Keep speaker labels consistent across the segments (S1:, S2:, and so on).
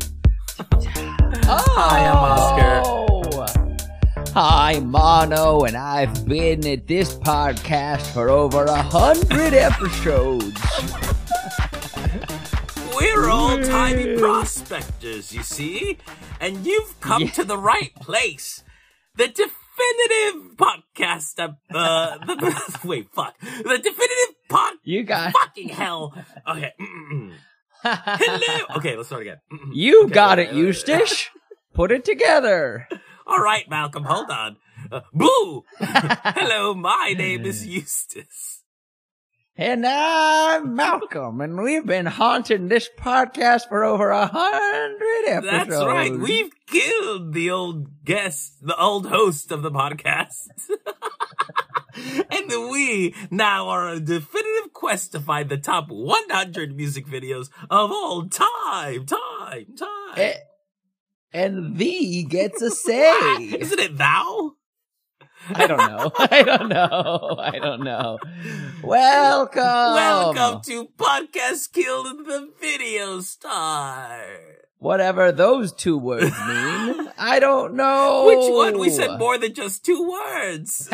S1: I'm Oh! Mono, and I've been at this podcast for over a hundred episodes.
S2: We're all tiny prospectors, you see, and you've come to the right place. The definitive podcast. ab- Uh, the, wait, fuck. The definitive pod.
S1: You got,
S2: Fucking hell. Okay. mm, Hello. Okay, let's start again. Mm,
S1: you
S2: Okay,
S1: got
S2: wait,
S1: it,
S2: wait, wait.
S1: Eustace. Put it together.
S2: All right, Malcolm. Hold on. Uh, boo. Hello, my name is Eustace.
S1: And I'm Malcolm, and we've been haunting this podcast for over a hundred episodes.
S2: That's right. We've killed the old guest, the old host of the podcast. and we now are on a definitive quest to find the top 100 music videos of all time, time, time.
S1: Eh, and thee gets a
S2: Ah,
S1: say.
S2: Isn't it thou?
S1: I don't know. I don't know. I don't know. Welcome.
S2: Welcome to Podcast Killed the Video Star.
S1: Whatever those two words mean. I don't know.
S2: Which one? We
S1: Oh.
S2: said more than just two words.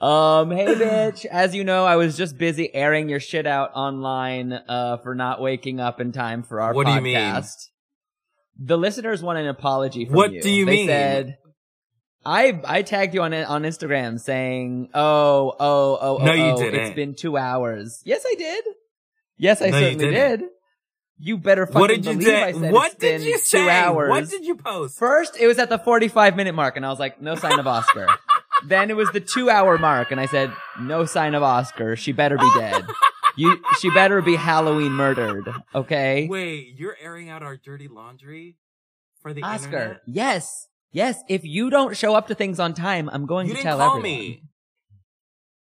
S1: um, hey bitch. As you know, I was just busy airing your shit out online uh, for not waking up in time for our
S2: What do
S1: podcast.
S2: you mean?
S1: The listeners want an apology from
S2: What
S1: you.
S2: do you
S1: they
S2: mean?
S1: Said, I I tagged you on on Instagram saying, "Oh, oh, oh, oh,
S2: No, you
S1: oh,
S2: didn't.
S1: It's been two hours. Yes, I did. Yes, I
S2: No, you
S1: certainly
S2: didn't.
S1: did. You better fucking
S2: what did you
S1: believe
S2: say?
S1: I said it's
S2: What did
S1: been
S2: you
S1: Two
S2: say?
S1: hours.
S2: What did you post?
S1: First, it was at the 45 minute mark, and I was like, no sign of Oscar. then it was the two hour mark, and I said, no sign of Oscar. She better be dead. You, she better be Halloween murdered. Okay.
S2: Wait, you're airing out our dirty laundry for the
S1: Oscar.
S2: internet?
S1: Yes. Yes. If you don't show up to things on time, I'm going
S2: You
S1: to
S2: didn't
S1: tell
S2: call
S1: everyone.
S2: me.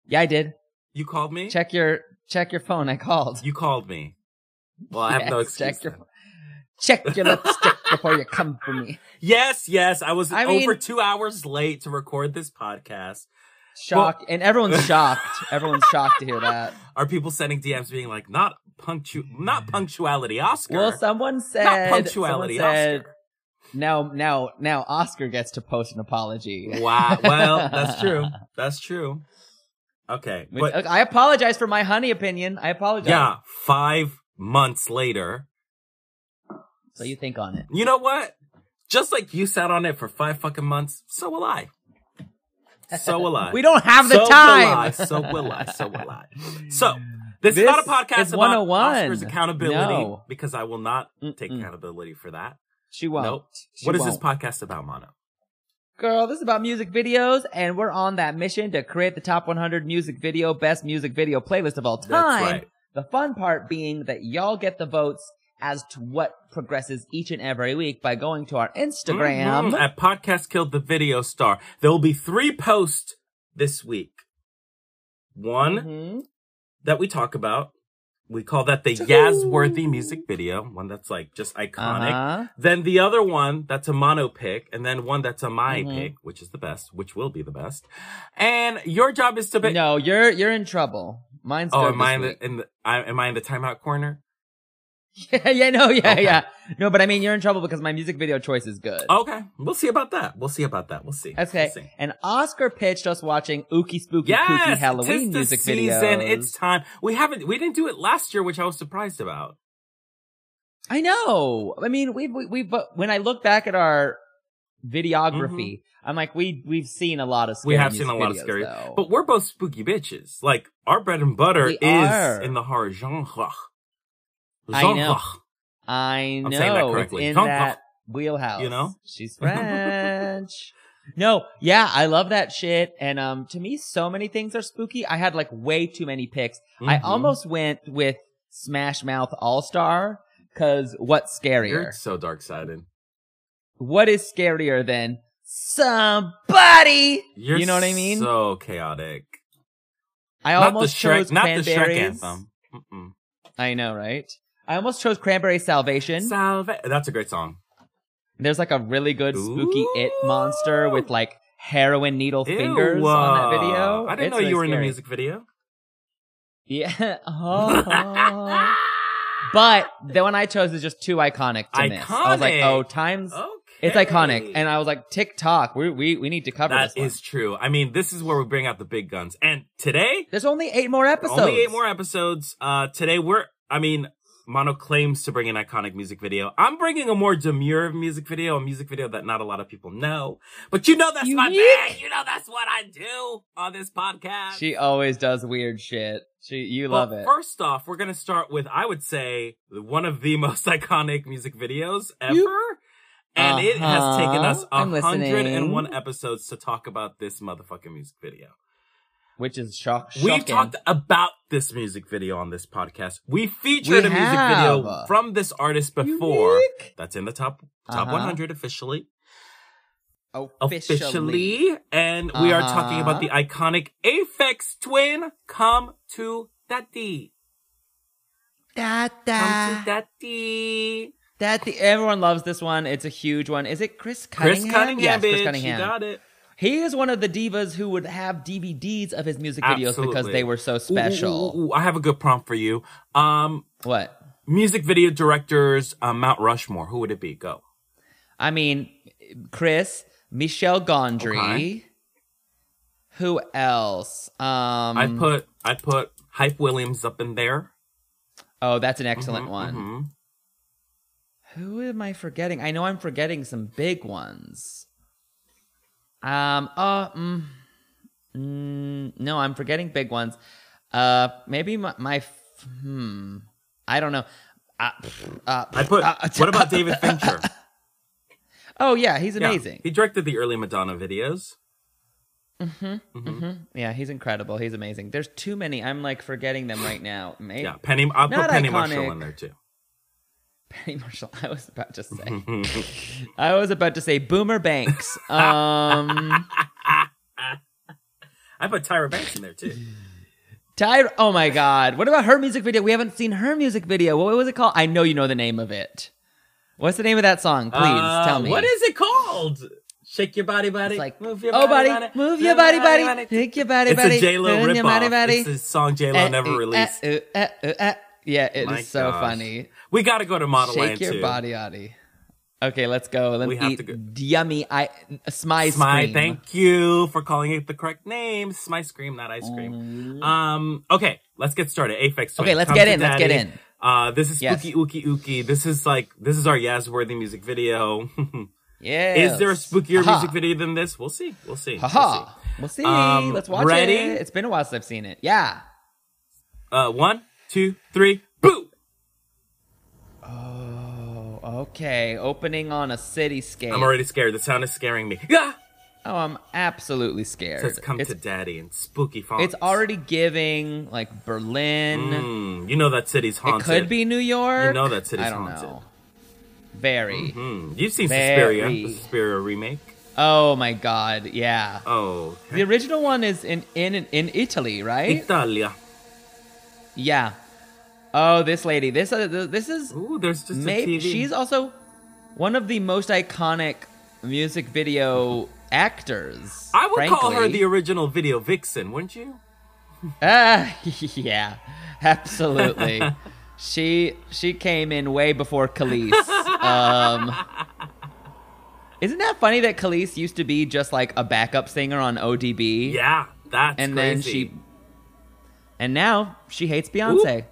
S1: Yeah, I did.
S2: You called me.
S1: Check your, check your phone. I called.
S2: You called me. Well, I have no
S1: Yes,
S2: excuse.
S1: Check your,
S2: then.
S1: check your lipstick before you come for me.
S2: Yes, yes, I was
S1: I
S2: over
S1: mean-
S2: two hours late to record this podcast.
S1: Shocked. and everyone's shocked. Everyone's shocked to hear that.
S2: Are people sending DMs being like, "Not punctu, not punctuality, Oscar,
S1: Well, someone said,
S2: not
S1: someone
S2: punctuality,
S1: said,
S2: Oscar."
S1: Now, now, now, Oscar gets to post an apology.
S2: Wow. Well, that's true. That's true. Okay,
S1: Which- oh,
S2: but
S1: okay, I apologize for my honey opinion. I apologize.
S2: yeah, five months later,
S1: So you think on it.
S2: You know what? Just like you sat on it for five fucking months, so will I. So will I.
S1: We don't have the
S2: Uh, so Will I.
S1: time.
S2: So will I. So will I. So this,
S1: This
S2: is not a podcast
S1: is
S2: about
S1: 101.
S2: Oscar's accountability
S1: No.
S2: because I will not take
S1: Mm-mm.
S2: accountability for that.
S1: She won't.
S2: Nope.
S1: She
S2: What is this
S1: won't.
S2: podcast about, Mono?
S1: Girl, this is about music videos, and we're on that mission to create the top 100 music video, best music video playlist of all
S2: That's
S1: time.
S2: right.
S1: The fun part being that y'all get the votes as to what progresses each and every week by going to our Instagram.
S2: Mhm. At Podcast Killed the Video Star, there will be three posts this week. One
S1: Mhm.
S2: that we talk about, we call that the Yazworthy music video, one that's like just iconic.
S1: Uh-huh.
S2: Then the other one that's a mono pick, and then one that's a my
S1: Mhm.
S2: pick, which is the best, which will be the best. And your job is to pick.
S1: no, you're you're in trouble. Mine's
S2: oh,
S1: good
S2: am
S1: this
S2: I in
S1: week.
S2: the, in the I, am I in the timeout corner?
S1: Yeah, yeah, no, yeah,
S2: Okay. Oh,
S1: yeah. No, but I mean, you're in trouble because my music video choice is good.
S2: Okay, we'll see about that. We'll see about that. We'll see.
S1: Okay.
S2: We'll see.
S1: And Oscar pitched us watching Ookie Spooky Kooky
S2: Yes,
S1: Halloween
S2: tis the
S1: music
S2: season.
S1: videos.
S2: It's time. We haven't. We didn't do it last year, which I was surprised about.
S1: I know. I mean, we we we. But when I look back at our videography, I'm like, we we've seen a lot of. Scary
S2: Mm-hmm. We have seen
S1: music
S2: a lot of
S1: videos,
S2: scary-
S1: though.
S2: But we're both spooky bitches. Like our bread and butter
S1: We
S2: is
S1: are.
S2: in the horror genre.
S1: I know.
S2: Genre.
S1: I
S2: I'm saying that
S1: know it's
S2: correctly.
S1: in
S2: Don't-
S1: that wheelhouse.
S2: You know?
S1: she's French. no, yeah, I love that shit. And um, to me, so many things are spooky. I had like way too many picks. I
S2: Mhm.
S1: almost went with Smash Mouth All Star because what's scarier?
S2: You're so dark sided.
S1: What is scarier than somebody?
S2: You're
S1: you know what I mean?
S2: So chaotic.
S1: I
S2: not
S1: almost
S2: the Shrek,
S1: chose
S2: not the Shrek
S1: Cranberries.
S2: anthem. Mm-mm.
S1: I know, right? I almost chose Cranberry Salvation.
S2: Salva- That's a great song.
S1: There's like a really good spooky it monster
S2: Ooh.
S1: with like heroin needle fingers
S2: Ew,
S1: on
S2: uh,
S1: that video.
S2: I didn't
S1: It's
S2: know
S1: really
S2: you were in the
S1: scary.
S2: music video.
S1: Yeah. oh. But the one I chose is just too iconic to miss. I was like,
S2: Iconic.
S1: oh, times It's iconic. And I was like, TikTok, we, we, we need to cover
S2: That
S1: this. one.
S2: is true. I mean, this is where we bring out the big guns. And today,
S1: There's only eight more episodes.
S2: only eight more episodes. Uh, today we're, I mean, Mono claims to bring an iconic music video. I'm bringing a more demure music video, a music video that not a lot of people know. But you know that's my
S1: Unique?
S2: bag. You know that's what I do on this podcast.
S1: She always does weird shit. She, you
S2: Well,
S1: love it.
S2: First off, we're gonna start with I would say one of the most iconic music videos ever. and it has taken us
S1: Uh-huh. I'm
S2: 101
S1: listening.
S2: episodes to talk about this motherfucking music video.
S1: which is shock- shocking.
S2: We've talked about this music video on this podcast. We featured a
S1: We
S2: music
S1: have.
S2: video from this artist before.
S1: Unique?
S2: That's in the top top
S1: Uh-huh.
S2: 100 officially.
S1: Officially.
S2: Officially, and we are talking
S1: Uh-huh.
S2: about the iconic Aphex Twin "Come to Daddy." Come
S1: Ah.
S2: to Daddy.
S1: That the, everyone loves this one. It's a huge one. Is it Chris
S2: Chris
S1: Cunningham?
S2: Cunningham,
S1: yes,
S2: bitch.
S1: Chris Cunningham.
S2: You got it.
S1: He is one of the divas who would have DVDs of his music videos because
S2: Absolutely.
S1: they were so
S2: Ooh, ooh,
S1: special.
S2: ooh, ooh, I have a good prompt for you. Um,
S1: What?
S2: music video directors, uh, Mount Rushmore. Who would it be? Go.
S1: I mean, Chris, Michelle Gondry.
S2: Okay.
S1: Who else? Um,
S2: I put I put Hype Williams up in there.
S1: oh, that's an excellent
S2: Mhm,
S1: one.
S2: mhm.
S1: Who am I forgetting? I know I'm forgetting some big ones. Um. Uh. Mm, mm, no, I'm forgetting big ones. Uh. Maybe my. my f- hmm. I don't know. Uh, pff, uh,
S2: I put.
S1: uh, uh,
S2: what about David Fincher?
S1: oh yeah, he's
S2: Yeah,
S1: amazing.
S2: he directed the early Madonna videos.
S1: hmm Yeah, he's incredible. He's amazing. There's too many. I'm like forgetting them right now. Maybe
S2: Yeah, Penny. I'll put
S1: Not
S2: Penny
S1: iconic.
S2: Marshall in there too.
S1: Penny Marshall. I was about to
S2: Mm-hmm.
S1: say. I was about to say Boomer Banks. Um.
S2: I put Tyra Banks in there too.
S1: Tyra, oh my God. What about her music video? We haven't seen her music video. What was it called? I know you know the name of it. What's the name of that song? Please
S2: Uh,
S1: tell me.
S2: What is it called? Shake your body, body.
S1: it's like?
S2: move your
S1: oh,
S2: body,
S1: buddy, move your body, buddy, Take your body,
S2: It's
S1: buddy.
S2: a J Lo
S1: move your body,
S2: ripoff.
S1: buddy.
S2: It's a song J Lo
S1: Eh,
S2: never
S1: eh,
S2: released.
S1: eh, eh, eh, eh. Yeah, it is
S2: My
S1: so
S2: gosh.
S1: funny.
S2: We gotta go to Model
S1: Shake
S2: Land
S1: your
S2: too.
S1: body, Audie. Okay, let's go. Let's
S2: We have
S1: eat
S2: to go.
S1: yummy I,
S2: Smy,
S1: smy scream.
S2: thank you for calling it the correct name. Smy Scream, not Ice Cream. Um, okay, let's get started. Aphex Twin.
S1: Oh. Okay, let's
S2: Come
S1: get
S2: to
S1: in, let's get
S2: Daddy.
S1: in.
S2: Uh, this is
S1: Yes.
S2: Spooky Ookie Ookie. This is like, this is our Yazworthy music video.
S1: Yeah.
S2: is there a spookier
S1: Aha.
S2: music video than this? We'll see. We'll see. We'll
S1: Haha. We'll see.
S2: Um,
S1: let's watch
S2: ready?
S1: it. It's been a while since I've seen it. Yeah.
S2: see. Uh, one, two, three, boo!
S1: Oh, okay. Opening on a cityscape.
S2: I'm already scared. The sound is scaring me. Yeah!
S1: oh, I'm absolutely
S2: It
S1: scared.
S2: says come
S1: it's,
S2: to daddy in spooky fonts.
S1: it's already giving like Berlin.
S2: Mm, you know that city's
S1: it
S2: haunted.
S1: could be New York.
S2: You know that city's
S1: I don't
S2: haunted.
S1: know. Very.
S2: Mm, you've seen
S1: Very.
S2: Suspiria, the Suspiria remake.
S1: Oh my God. Yeah.
S2: Oh,
S1: The original one is in in in Italy, right?
S2: Italia.
S1: yeah. Oh, this lady. This uh, th- this is
S2: Ooh, there's just a
S1: maybe
S2: TV.
S1: she's also one of the most iconic music video actors.
S2: I would call her
S1: frankly.
S2: the original video vixen, wouldn't you?
S1: Ah, yeah, absolutely. she she came in way before Khalees. Um, isn't that funny that Khalees used to be just like a backup singer on ODB?
S2: Yeah, that's
S1: and then
S2: crazy.
S1: she, and now she hates Beyonce.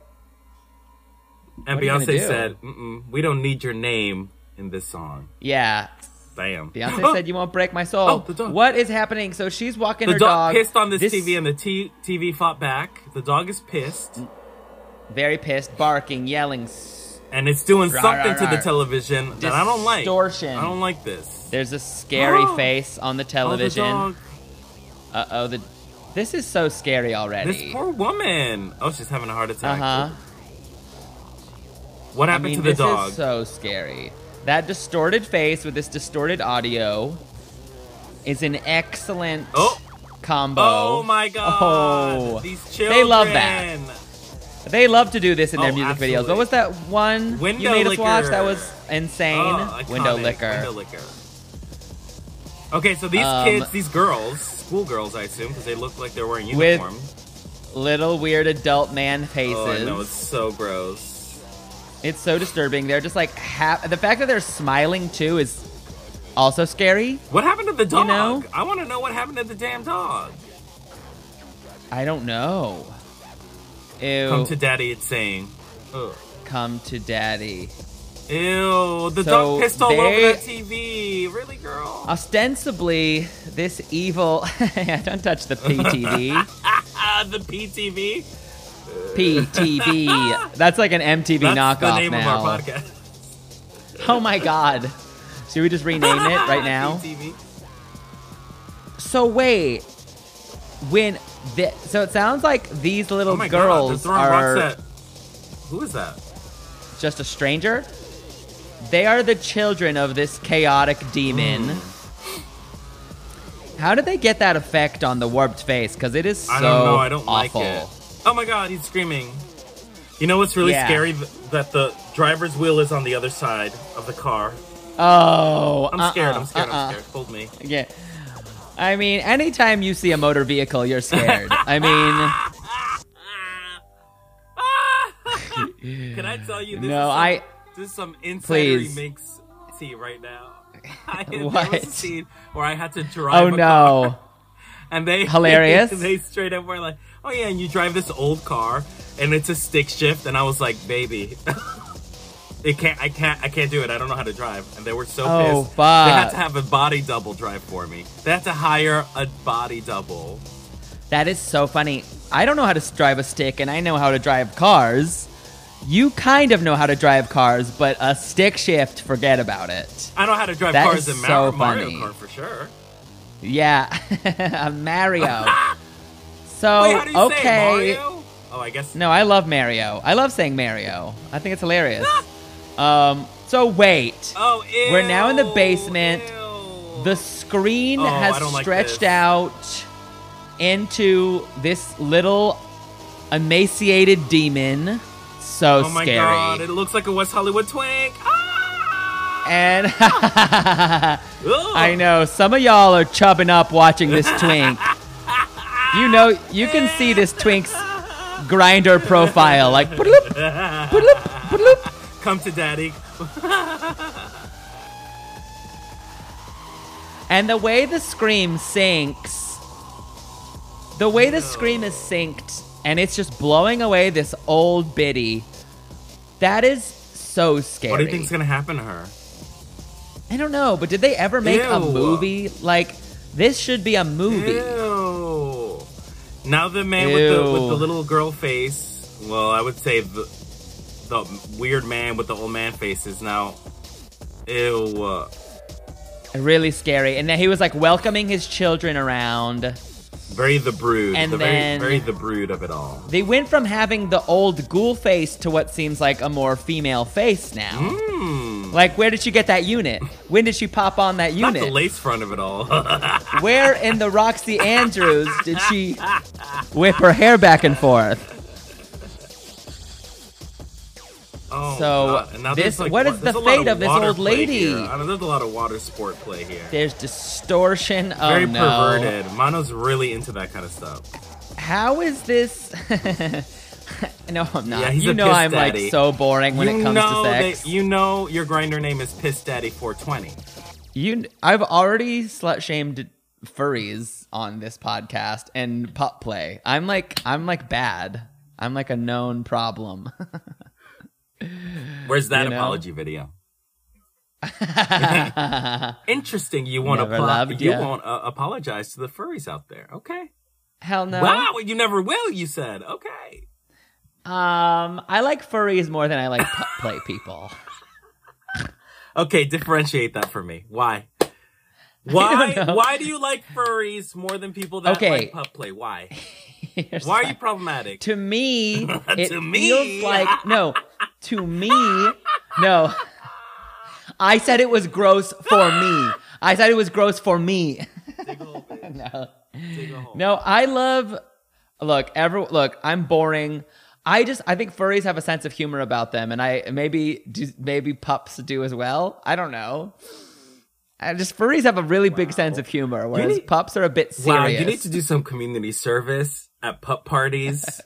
S2: and
S1: what are you gonna
S2: Beyonce
S1: do?
S2: said, Mm-mm, "We don't need your name in this song."
S1: Yeah,
S2: Damn.
S1: Beyonce
S2: Oh,
S1: said you won't break my soul.
S2: Oh, the dog.
S1: What is happening? So she's walking
S2: the
S1: her
S2: dog,
S1: dog.
S2: pissed on this,
S1: This-
S2: TV, and the t- TV fought back. The dog is pissed,
S1: very pissed, barking, yelling. S-
S2: and it's doing
S1: Rawr,
S2: something
S1: rawr,
S2: to the
S1: rawr.
S2: television that I don't like.
S1: Distortion.
S2: I don't like this.
S1: There's a scary
S2: Oh.
S1: face on the
S2: Oh, the
S1: television.
S2: dog.
S1: Uh oh, the this is so scary already.
S2: This poor woman. Oh, she's having a heart attack.
S1: uh huh.
S2: What
S1: I
S2: happened
S1: mean,
S2: to the
S1: this
S2: dog?
S1: is so scary. That distorted face with this distorted audio is an excellent
S2: Oh.
S1: combo.
S2: Oh my god!
S1: Oh.
S2: These children.
S1: They love that. They love to do this in their
S2: Oh,
S1: music videos.
S2: absolutely.
S1: What was that one you
S2: Window
S1: made us watch
S2: licker.
S1: that was insane?
S2: Oh, iconic.
S1: Window liquor.
S2: Window liquor. Okay, so these
S1: Um,
S2: kids, these girls, schoolgirls, I assume, because they look like they're wearing
S1: With
S2: uniform.
S1: Little weird adult man faces.
S2: oh, I know it's so gross.
S1: It's so disturbing. They're just like ha- the fact that they're smiling too is Also scary?
S2: What happened to the dog?
S1: know?
S2: I want to know what happened to the damn dog.
S1: I don't know. Ew.
S2: Come to daddy, it's saying. Ugh.
S1: come to daddy.
S2: Ew, the
S1: So
S2: dog pissed all
S1: they-
S2: over the TV. Really, girl?
S1: Ostensibly, this evil. don't touch the PTV.
S2: the PTV?
S1: PTV. That's like an MTV
S2: That's
S1: knockoff
S2: the name
S1: now.
S2: of our podcast.
S1: Oh my god. Should we just rename it right now?
S2: PTV.
S1: So wait, when the so it sounds like these little
S2: Oh my god, they're
S1: girls
S2: throwing
S1: are
S2: rocks at. Who is that?
S1: just a stranger. They are the children of this chaotic demon.
S2: Mm.
S1: How did they get that effect on the warped face? Because it is so
S2: I don't know. I don't
S1: awful.
S2: like it. Oh my god, he's screaming. You know what's really
S1: Yeah.
S2: scary? Th- That the driver's wheel is on the other side of the car.
S1: Oh,
S2: I'm
S1: uh-uh,
S2: scared. I'm scared.
S1: uh-uh.
S2: I'm scared. Hold me.
S1: Yeah. I mean, anytime you see a motor vehicle, you're scared. I mean.
S2: Can I tell you? This is
S1: No,
S2: some,
S1: I-
S2: This is some insider
S1: Please.
S2: mix tea right now. I, There
S1: What?
S2: was a scene where I had to drive.
S1: Oh
S2: a car,
S1: no.
S2: and they
S1: Hilarious.
S2: they straight up were like, "Oh yeah, and you drive this old car, and it's a stick shift." And I was like, "Baby, it can't. I can't. I can't do it. I don't know how to drive." And they were so
S1: Oh,
S2: pissed. They had
S1: fuck.
S2: to have a body double drive for me. They had to hire a body double.
S1: That is so funny. I don't know how to s- drive a stick and I know how to drive cars. You kind of know how to drive cars, but a stick shift, forget about it.
S2: I know how to drive
S1: That
S2: cars
S1: is
S2: in Mar-
S1: so
S2: Mario
S1: funny.
S2: Kart for sure.
S1: Yeah. a Mario. So,
S2: Wait, how do you
S1: Oh, okay.
S2: say it, Mario? Oh, I guess.
S1: No, I love Mario. I love saying Mario. I think it's hilarious. um, so wait.
S2: Oh, ew,
S1: We're now in the basement.
S2: ew.
S1: The screen
S2: Oh, I
S1: has
S2: don't like
S1: stretched
S2: this.
S1: out into this little emaciated demon. So
S2: oh my
S1: scary.
S2: god, it looks like a West Hollywood twink. Ah!
S1: and
S2: Ugh.
S1: I know some of y'all are chubbing up watching this twink. You know, you can see this twink's grinder profile, like bloop, bloop, bloop.
S2: Come to daddy.
S1: And the way the scream sinks, the way the scream is synced, and it's just blowing away this old biddy. That is so scary.
S2: What do you think's gonna happen to her?
S1: I don't know, but did they ever make a
S2: Ew.
S1: movie? Like, this should be a movie.
S2: Ew. Now the man with the with
S1: Ew.
S2: the little girl face. Well, I would say the the weird man with the old man face is now. Ew.
S1: Really scary. And then he was like welcoming his children around.
S2: Very the brood.
S1: And
S2: the
S1: then-
S2: very, very the brood of it all.
S1: They went from having the old ghoul face to what seems like a more female face now.
S2: Hmm.
S1: Like, where did she get that unit? When did she pop on that
S2: Not
S1: unit?
S2: the lace front of it all.
S1: Where in the Roxy Andrews did she whip her hair back and forth?
S2: Oh,
S1: So,
S2: God. And now
S1: this-
S2: there's, like,
S1: what
S2: wa-
S1: is
S2: there's
S1: the
S2: a lot
S1: fate of this
S2: water
S1: old
S2: play
S1: lady?
S2: here. I know there's a lot of water sport play here.
S1: There's distortion. Oh
S2: Very
S1: no!
S2: perverted. Mano's really into that kind of stuff.
S1: How is this? no, I'm not.
S2: Yeah, he's
S1: you
S2: a
S1: know
S2: piss
S1: I'm
S2: daddy.
S1: like so boring when
S2: you
S1: it comes
S2: know
S1: to sex.
S2: That, you know your grinder name is Piss Daddy 420.
S1: You, I've already slut shamed furries on this podcast and pup play. I'm like, I'm like bad. I'm like a known problem.
S2: Where's that
S1: You know?
S2: apology video? Interesting. You won't
S1: Never
S2: apply.
S1: loved
S2: You
S1: ya.
S2: won't uh, apologize to the furries out there. Okay.
S1: Hell no.
S2: Wow. You never will. You said. Okay.
S1: Um, I like furries more than I like pup play people.
S2: Okay. Differentiate that for me. Why? Why?
S1: know.
S2: Why do you like furries more than people that
S1: Okay.
S2: like pup play? Why?
S1: Here's
S2: Why are you problematic?
S1: To me, it
S2: To me.
S1: feels like no. To me, no. I said it was gross for me. I said it was gross for me.
S2: Dig a hole, babe.
S1: No.
S2: Dig a hole.
S1: No, I love. Look, every look. I'm boring. I just I think furries have a sense of humor about them, and I maybe do, maybe pups do as well. I don't know. I just furries have a really big sense of humor, whereas
S2: need-
S1: pups are a bit serious.
S2: Wow, you need to do some community service at pup parties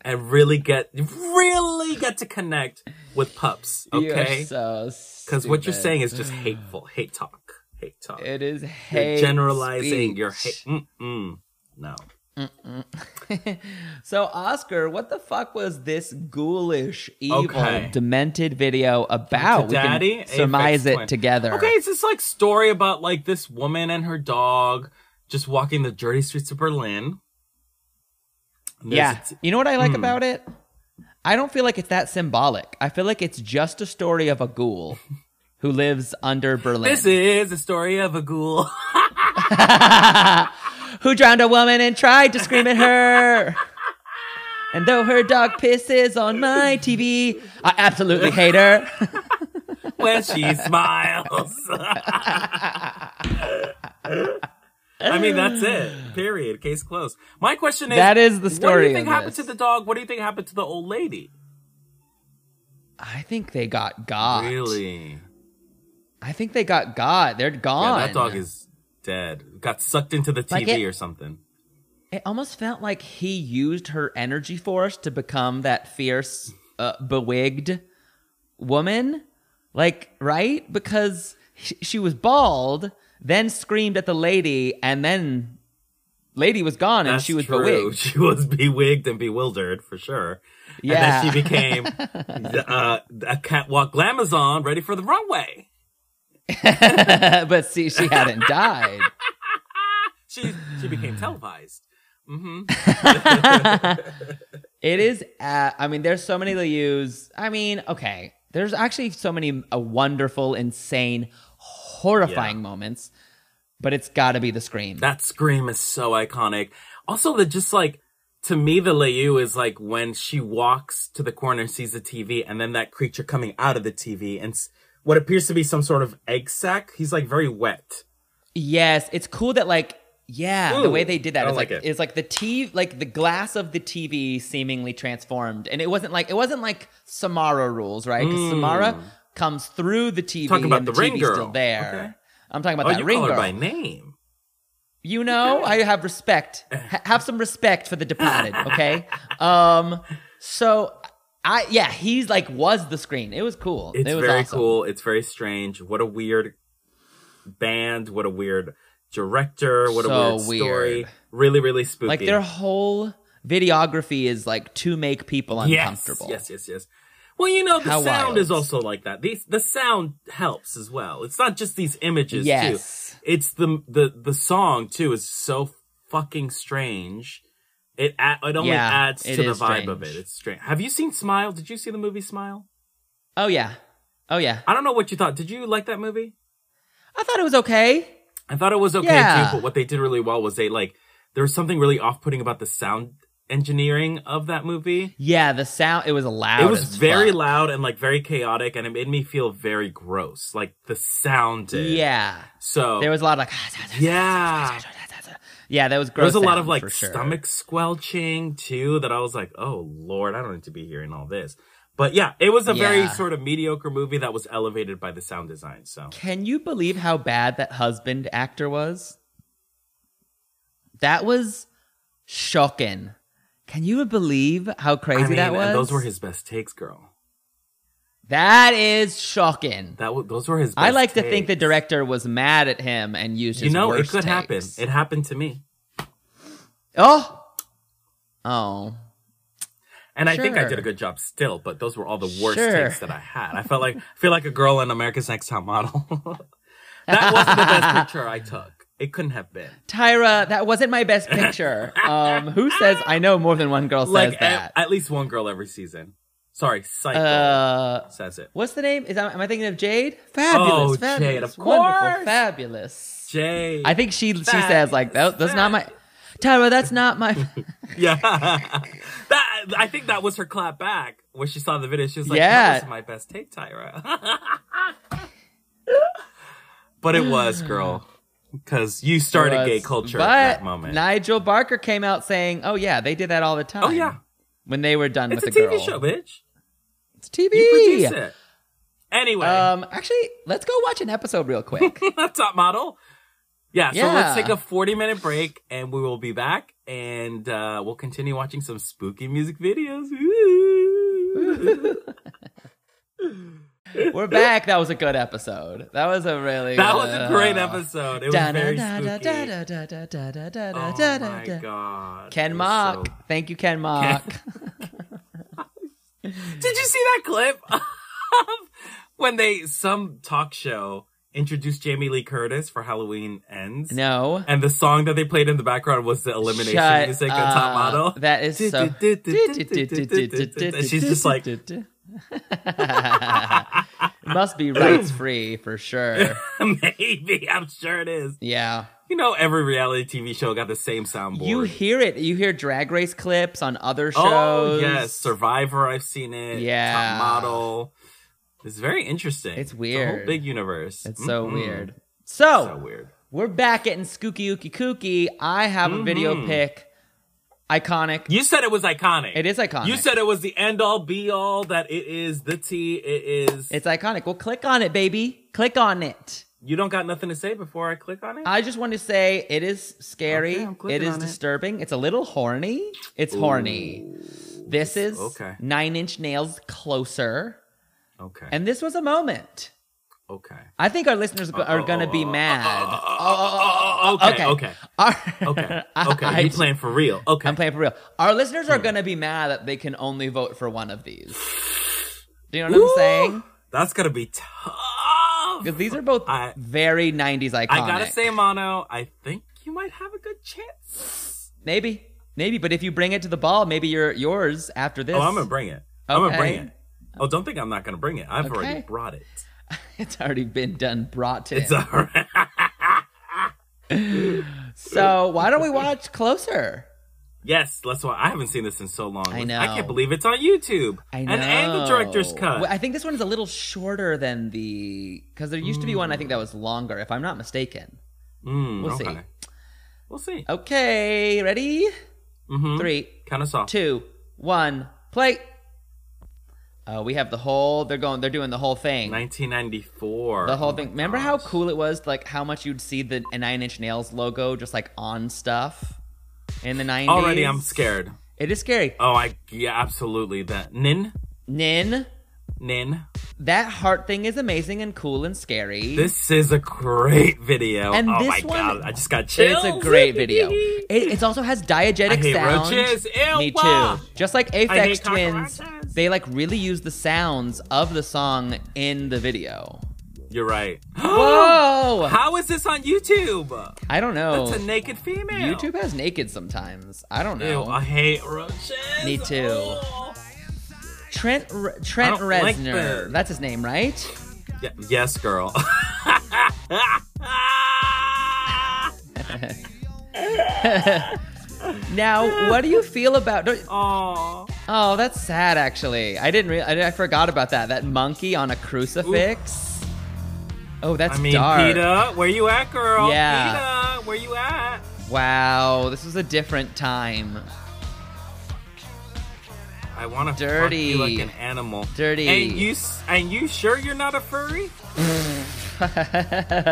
S2: and really get really get to connect with pups,
S1: You are
S2: okay?
S1: so
S2: Because what you're
S1: stupid.
S2: saying is just hateful, hate talk, hate talk.
S1: It is hate
S2: you're generalizing. You're hate.
S1: speech.
S2: Mm-mm, no.
S1: Mm-mm. so Oscar, what the fuck was this ghoulish, evil,
S2: Okay.
S1: demented video about?
S2: Daddy,
S1: we can
S2: Apex
S1: surmise it
S2: Twin.
S1: together.
S2: Okay, it's this like story about like this woman and her dog just walking the dirty streets of Berlin. And there's
S1: Yeah.
S2: a t-
S1: You know what I like
S2: Mm.
S1: about it? I don't feel like it's that symbolic. I feel like it's just a story of a ghoul who lives under Berlin.
S2: This is a story of a ghoul.
S1: who drowned a woman and tried to scream at her. And though her dog pisses on my TV, I absolutely hate her.
S2: when she smiles. I mean, that's it. Period. Case closed. My question is
S1: That is the
S2: What do
S1: story
S2: you think
S1: of
S2: happened
S1: this.
S2: to the dog? What do you think happened to the old lady?
S1: I think they got God.
S2: Really?
S1: I think they got God. They're gone.
S2: Yeah, that dog is dead. Got sucked into the TV
S1: Like it-
S2: or something.
S1: It almost felt like he used her energy force to become that fierce, uh, bewigged woman. Like, right? Because sh- she was bald, then screamed at the lady, and then lady was gone and
S2: That's
S1: she was
S2: true.
S1: bewigged.
S2: She was bewigged and bewildered for sure.
S1: Yeah.
S2: And then she became the, uh, a catwalk glamazon ready for the runway.
S1: but see, she hadn't died.
S2: She she became televised. hmm
S1: It is. Uh, I mean, there's so many to use. I mean, okay. There's actually so many uh, wonderful, insane, horrifying
S2: Yeah.
S1: moments, but it's got to be the scream.
S2: That scream is so iconic. Also, the just like to me, the Leu is like when she walks to the corner, sees the TV, and then that creature coming out of the TV and s- what appears to be some sort of egg sack. He's like very wet.
S1: yes, it's cool that like. Yeah, the
S2: Ooh,
S1: way they did
S2: I
S1: that
S2: don't
S1: is like,
S2: like it.
S1: it's like the TV, like the glass of the TV seemingly transformed, and it wasn't like it wasn't like Samara rules, right? Because Samara comes through the TV,
S2: Talking Hmm. about
S1: and
S2: the
S1: the,
S2: ring
S1: TV's
S2: girl.
S1: still there.
S2: Okay.
S1: I'm talking about
S2: Oh,
S1: that
S2: you
S1: ring
S2: call her
S1: girl.
S2: by name.
S1: You know, I have respect. H- have some respect for the departed, okay? um, so I yeah, he's like was the screen. It was cool.
S2: It's
S1: it was
S2: very
S1: awesome.
S2: cool. It's very strange. What a weird band. What a weird director. What
S1: So
S2: a weird story.
S1: weird.
S2: Really, really spooky.
S1: Like their whole videography is like to make people uncomfortable.
S2: Yes, yes, yes, yes. Well, you know, the
S1: How
S2: sound
S1: wild.
S2: is also like that. These the sound helps as well. It's not just these images
S1: Yes.
S2: too. It's the the the song too is so fucking strange. It a- it only
S1: Yeah,
S2: adds
S1: it
S2: to the vibe
S1: is
S2: of it.
S1: strange.
S2: It's strange. Have you seen Smile? Did you see the movie Smile?
S1: Oh yeah. Oh yeah.
S2: I don't know what you thought. Did you like that movie?
S1: I thought it was okay.
S2: I thought it was okay
S1: Yeah.
S2: too, but what they did really well was they like there was something really off-putting about the sound engineering of that movie.
S1: Yeah, the sound it was loud.
S2: It was
S1: as
S2: very
S1: fuck.
S2: loud and like very chaotic, and it made me feel very gross. Like the sound did.
S1: Yeah.
S2: So
S1: There was a lot of like "Ah,
S2: yeah,
S1: Yeah, that was
S2: there
S1: gross.
S2: was a lot
S1: sound,
S2: of like
S1: for sure.
S2: stomach squelching too. That I was like, oh lord, I don't need to be hearing all this. But yeah, it was a very
S1: Yeah.
S2: sort of mediocre movie that was elevated by the sound design. So
S1: Can you believe how bad that husband actor was? That was shocking. Can you believe how
S2: I
S1: crazy
S2: mean,
S1: that was?
S2: and those were his best takes, girl.
S1: that is shocking.
S2: That w- those were his. Best
S1: I like to think the
S2: takes.
S1: director was mad at him and used
S2: You
S1: his
S2: know, it
S1: worst
S2: could happen.
S1: takes.
S2: It happened to me.
S1: oh, oh,
S2: And I think I
S1: Sure.
S2: did a good job still, but those were all the worst
S1: Sure.
S2: takes that I had. I felt like feel like a girl in America's Next Top Model. that wasn't the best picture I took. It couldn't have been.
S1: Tyra, that wasn't my best picture. um, who says I know more than one girl says
S2: like at,
S1: that?
S2: at least one girl every season. Sorry, Psycho
S1: uh,
S2: says it.
S1: what's the name? Is that, am I thinking of Jade? Fabulous,
S2: Oh,
S1: fabulous,
S2: Jade, of course.
S1: wonderful, fabulous.
S2: Jay.
S1: I think she she
S2: Fat.
S1: says like that, that's not my Tyra, that's not my
S2: yeah. that I think that was her clap back when she saw the video. She was like,
S1: Yeah.
S2: "That was my best take, Tyra." but it was, girl, because you started gay culture
S1: But
S2: at that moment.
S1: Nigel Barker came out saying, "Oh yeah, they did that all the time."
S2: oh yeah.
S1: when they were done
S2: It's a
S1: with the
S2: TV
S1: girl.
S2: show, bitch.
S1: It's TV.
S2: You produce it. Anyway,
S1: Um, actually, let's go watch an episode real quick.
S2: top model. Yeah, so let's
S1: Yeah.
S2: take a 40 minute break and we will be back and uh, we'll continue watching some spooky music videos. Ooh.
S1: We're back. That was a good episode. That was a really
S2: That was a great
S1: uh,
S2: episode. It was very spooky. Oh my
S1: Da-da-da-da-da-da-da-da-da-da-da-da-da-da.
S2: god. It
S1: Ken
S2: was
S1: Mock.
S2: so-
S1: Thank you, Ken Mock.
S2: Did you see that clip of when they some talk show introduced Jamie Lee Curtis for Halloween Ends?
S1: No.
S2: And the song that they played in the background was the elimination
S1: Shut
S2: music of
S1: up.
S2: Top Model.
S1: That is so.
S2: And she's just like,
S1: Must be rights free for sure.
S2: maybe, I'm sure it is.
S1: Yeah.
S2: You know, every reality TV show got the same soundboard.
S1: You hear it. You hear drag race clips on other shows.
S2: Oh, yes. Survivor, I've seen it.
S1: Yeah.
S2: Top Model. It's very interesting.
S1: It's
S2: a whole
S1: weird.
S2: big universe.
S1: It's so
S2: Mm-mm.
S1: weird. Oh.
S2: So
S1: So,
S2: weird.
S1: we're back at Skooky Ookie Kooky. I have a video
S2: Mhm.
S1: pick. Iconic.
S2: You said it was iconic.
S1: It is iconic.
S2: You said it was the end all be all, that it is the tea. It is.
S1: it's iconic. Well, click on it, baby. Click on it.
S2: you don't got nothing to say before I click on it?
S1: I just want to say it is scary.
S2: Okay, I'm clicking
S1: it is
S2: on it.
S1: disturbing. It's a little horny. It's horny. This is
S2: okay.
S1: Nine Inch Nails closer.
S2: okay.
S1: And this was a moment.
S2: okay.
S1: I think our listeners go- are going to
S2: Uh,
S1: be mad.
S2: Oh, okay, okay, okay,
S1: Our-
S2: okay.
S1: I-
S2: you playing Hmm. for real? Okay,
S1: I'm playing for real. Our listeners are going to be mad that they can only vote for one of these. Do you know what
S2: Ooh,
S1: I'm saying?
S2: that's gonna be tough.
S1: Because these are both
S2: I-
S1: very 90s iconic.
S2: I gotta say, Mono, I think you might have a good chance.
S1: Maybe. Maybe, but if you bring it to the ball, maybe your yours after this.
S2: Oh, I'm gonna bring it. I'm gonna bring
S1: Okay.
S2: it. Oh, don't think I'm not gonna bring it. I've already
S1: Okay.
S2: brought it.
S1: It's already been done, brought to
S2: It's
S1: him.
S2: alright.
S1: so why don't we watch closer?
S2: yes, that's why I haven't seen this in so long.
S1: I
S2: I
S1: know.
S2: can't believe it's on YouTube.
S1: I know.
S2: An angle director's cut.
S1: Well, I think this one is a little shorter than the because there used to be one I think that was longer, if I'm not mistaken.
S2: Mm,
S1: We'll see.
S2: okay. We'll see.
S1: Okay, ready?
S2: Mm-hmm.
S1: Three,
S2: Kind of soft.
S1: two, one, play. Uh, we have the whole. They're going. They're doing the whole thing.
S2: 1994.
S1: the whole
S2: Oh my
S1: thing. Remember how
S2: gosh.
S1: cool it was? Like how much you'd see the Nine Inch Nails logo just like on stuff in the 90s.
S2: Oh, Already, I'm scared.
S1: It is scary.
S2: Oh, I yeah, absolutely. That nin
S1: Nin,
S2: nin.
S1: that heart thing is amazing and cool and scary.
S2: This is a great video.
S1: And
S2: oh
S1: this
S2: my
S1: one-
S2: god, I just got chills.
S1: It's a great video. It, it also has
S2: I
S1: diegetic
S2: hate
S1: sound.
S2: roaches. Ew,
S1: Me
S2: wah.
S1: too. Just like
S2: I
S1: Aphex
S2: hate
S1: Twins,
S2: cockroaches.
S1: they like really use the sounds of the song in the video.
S2: You're right.
S1: Whoa!
S2: How is this on YouTube?
S1: I don't know.
S2: It's a naked female.
S1: Oh. YouTube has naked sometimes. I don't
S2: Ew,
S1: know.
S2: I hate roaches.
S1: Me too.
S2: Oh.
S1: Trent Re- Trent
S2: I don't like
S1: Reznor.
S2: that.
S1: That's his name, right?
S2: Yeah, yes, girl.
S1: Now, what do you feel about? don't-
S2: oh.
S1: Oh, that's sad. Actually, I didn't. Re- I, I forgot about that. That monkey on a crucifix. Oh, that's
S2: I mean,
S1: dark.
S2: PETA, where you at, girl?
S1: Yeah.
S2: PETA, where you at?
S1: Wow, this was a different time.
S2: I want to fuck
S1: Dirty.
S2: you like an animal.
S1: Dirty.
S2: And you s- and you sure you're not a furry?
S1: Uh,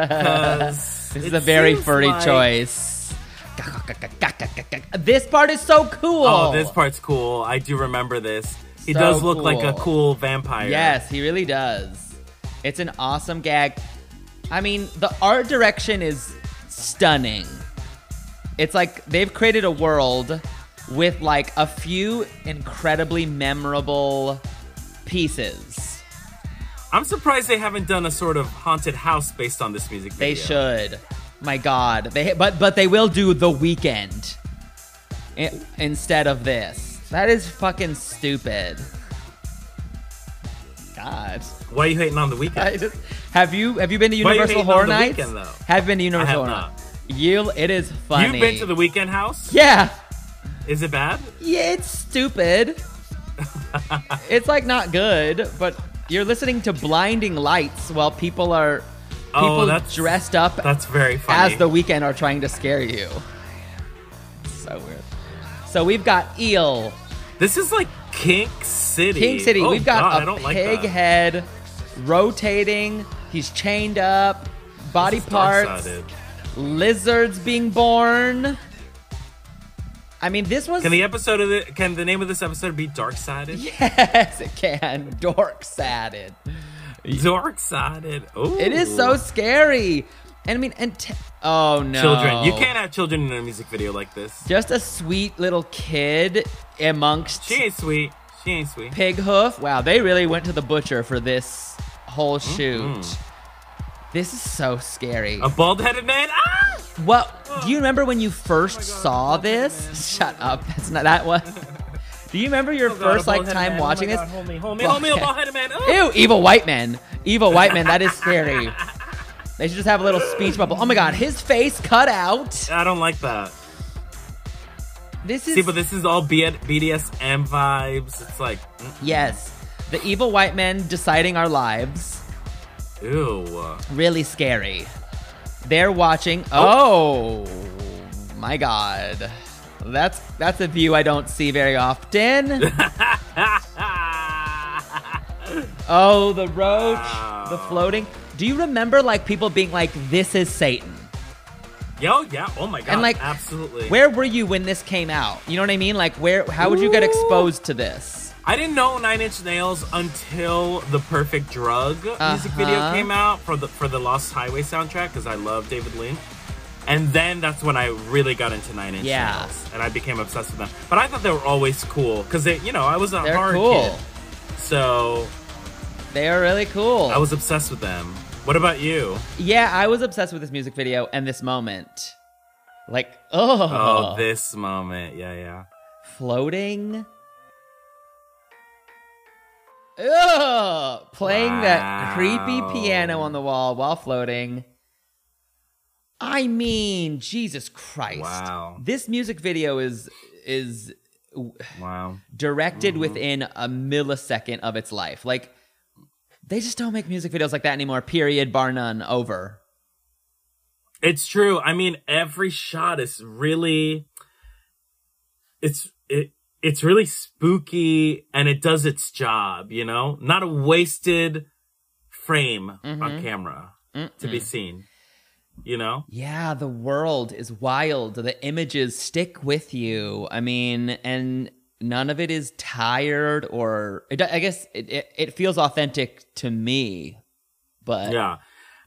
S2: 'Cause
S1: This is
S2: Uh, it
S1: a very
S2: seems
S1: furry
S2: like-
S1: choice. This part is so cool.
S2: Oh, this part's cool. I do remember this. He
S1: So
S2: does look like a
S1: cool.
S2: cool vampire.
S1: Yes, he really does. It's an awesome gag. I mean, the art direction is stunning. It's like they've created a world with like a few incredibly memorable pieces.
S2: I'm surprised they haven't done a sort of haunted house based on this music
S1: They
S2: video.
S1: should. My God. They but but they will do the weekend i- instead of this. That is fucking stupid. God.
S2: Why are you hating on the weekend?
S1: I just, have you have you been to
S2: Why are you
S1: Universal
S2: hating on
S1: Horror
S2: The
S1: Nights?
S2: Weeknd, though?
S1: Have been to
S2: I
S1: Universal
S2: have
S1: Horror
S2: not.
S1: Nights. You it is funny.
S2: You've been to the weekend house?
S1: Yeah.
S2: Is it bad?
S1: Yeah, it's stupid. it's like not good, but you're listening to blinding lights while people are people
S2: Oh, that's-
S1: dressed up
S2: That's very funny.
S1: as the weekend are trying to scare you. So weird. So we've got eel,
S2: this is like Kink City.
S1: King City.
S2: Oh,
S1: we've got
S2: God, I
S1: a
S2: don't like
S1: pig
S2: that.
S1: head rotating. He's chained up. Body
S2: It's dark
S1: parts.
S2: sided.
S1: Lizards being born. I mean, this was.
S2: Can the episode of the can the name of this episode be Dark Sided?
S1: yes, it can. Dork sadded.
S2: Dark Sided. Oh,
S1: It is so scary. And I mean, and t- oh no,
S2: Children, you can't have children in a music video like this.
S1: Just a sweet little kid amongst
S2: She ain't sweet. She ain't sweet.
S1: pig hoof. Wow, they really went to the butcher for this whole shoot.
S2: Mm-hmm.
S1: This is so scary.
S2: A bald-headed man. Ah!
S1: Well, do you remember when you first saw this? Shut up. That's not that one. do you remember your
S2: Oh God,
S1: first
S2: a
S1: like
S2: bald-headed
S1: time
S2: man. Oh
S1: watching
S2: my
S1: this?
S2: God, Hold me, hold me, hold me, a
S1: Okay.
S2: bald-headed man. Oh.
S1: Ew, evil white man. Evil white man. That is scary. they should just have a little speech bubble. Oh my god, his face cut out.
S2: I don't like that.
S1: This is
S2: See, but this is all B- BDSM vibes. It's like, mm,
S1: yes, the evil white men deciding our lives.
S2: ew.
S1: Really scary. They're watching. Oh, my god, that's that's a view I don't see very often.
S2: Ah.
S1: oh, the roach, the
S2: Wow.
S1: floating. Do you remember like people being like, "This is Satan"?
S2: Yo, yeah. Oh my god.
S1: And, like,
S2: absolutely.
S1: Where were you when this came out? You know what I mean? Like where how would you get
S2: Ooh.
S1: exposed to this?
S2: I didn't know Nine Inch Nails until the Perfect Drug music video
S1: Uh-huh.
S2: came out for the for the Lost Highway soundtrack because I love David Lynch. And then that's when I really got into Nine Inch
S1: Yeah.
S2: Nails, and I became obsessed with them. But I thought they were always cool because they, you know, I was a
S1: They're
S2: hard
S1: cool.
S2: kid, so
S1: They are really cool.
S2: I was obsessed with them. What about you?
S1: yeah, I was obsessed with this music video and this moment. Like, oh,
S2: Oh, this moment, yeah, yeah.
S1: floating. Ugh, playing that creepy
S2: Wow.
S1: piano on the wall while floating. I mean, Jesus Christ.
S2: Wow.
S1: This music video is is
S2: Wow.
S1: directed
S2: Mm-hmm.
S1: within a millisecond of its life. Like they just don't make music videos like that anymore. Period, bar none. Over.
S2: It's true. I mean, every shot is really it's it it's really spooky and it does its job, you know? Not a wasted frame on camera to be seen. You know?
S1: Yeah, the world is wild. The images stick with you. I mean, and none of it is tired or it, do- I guess it, it, it feels authentic to me. But
S2: Yeah.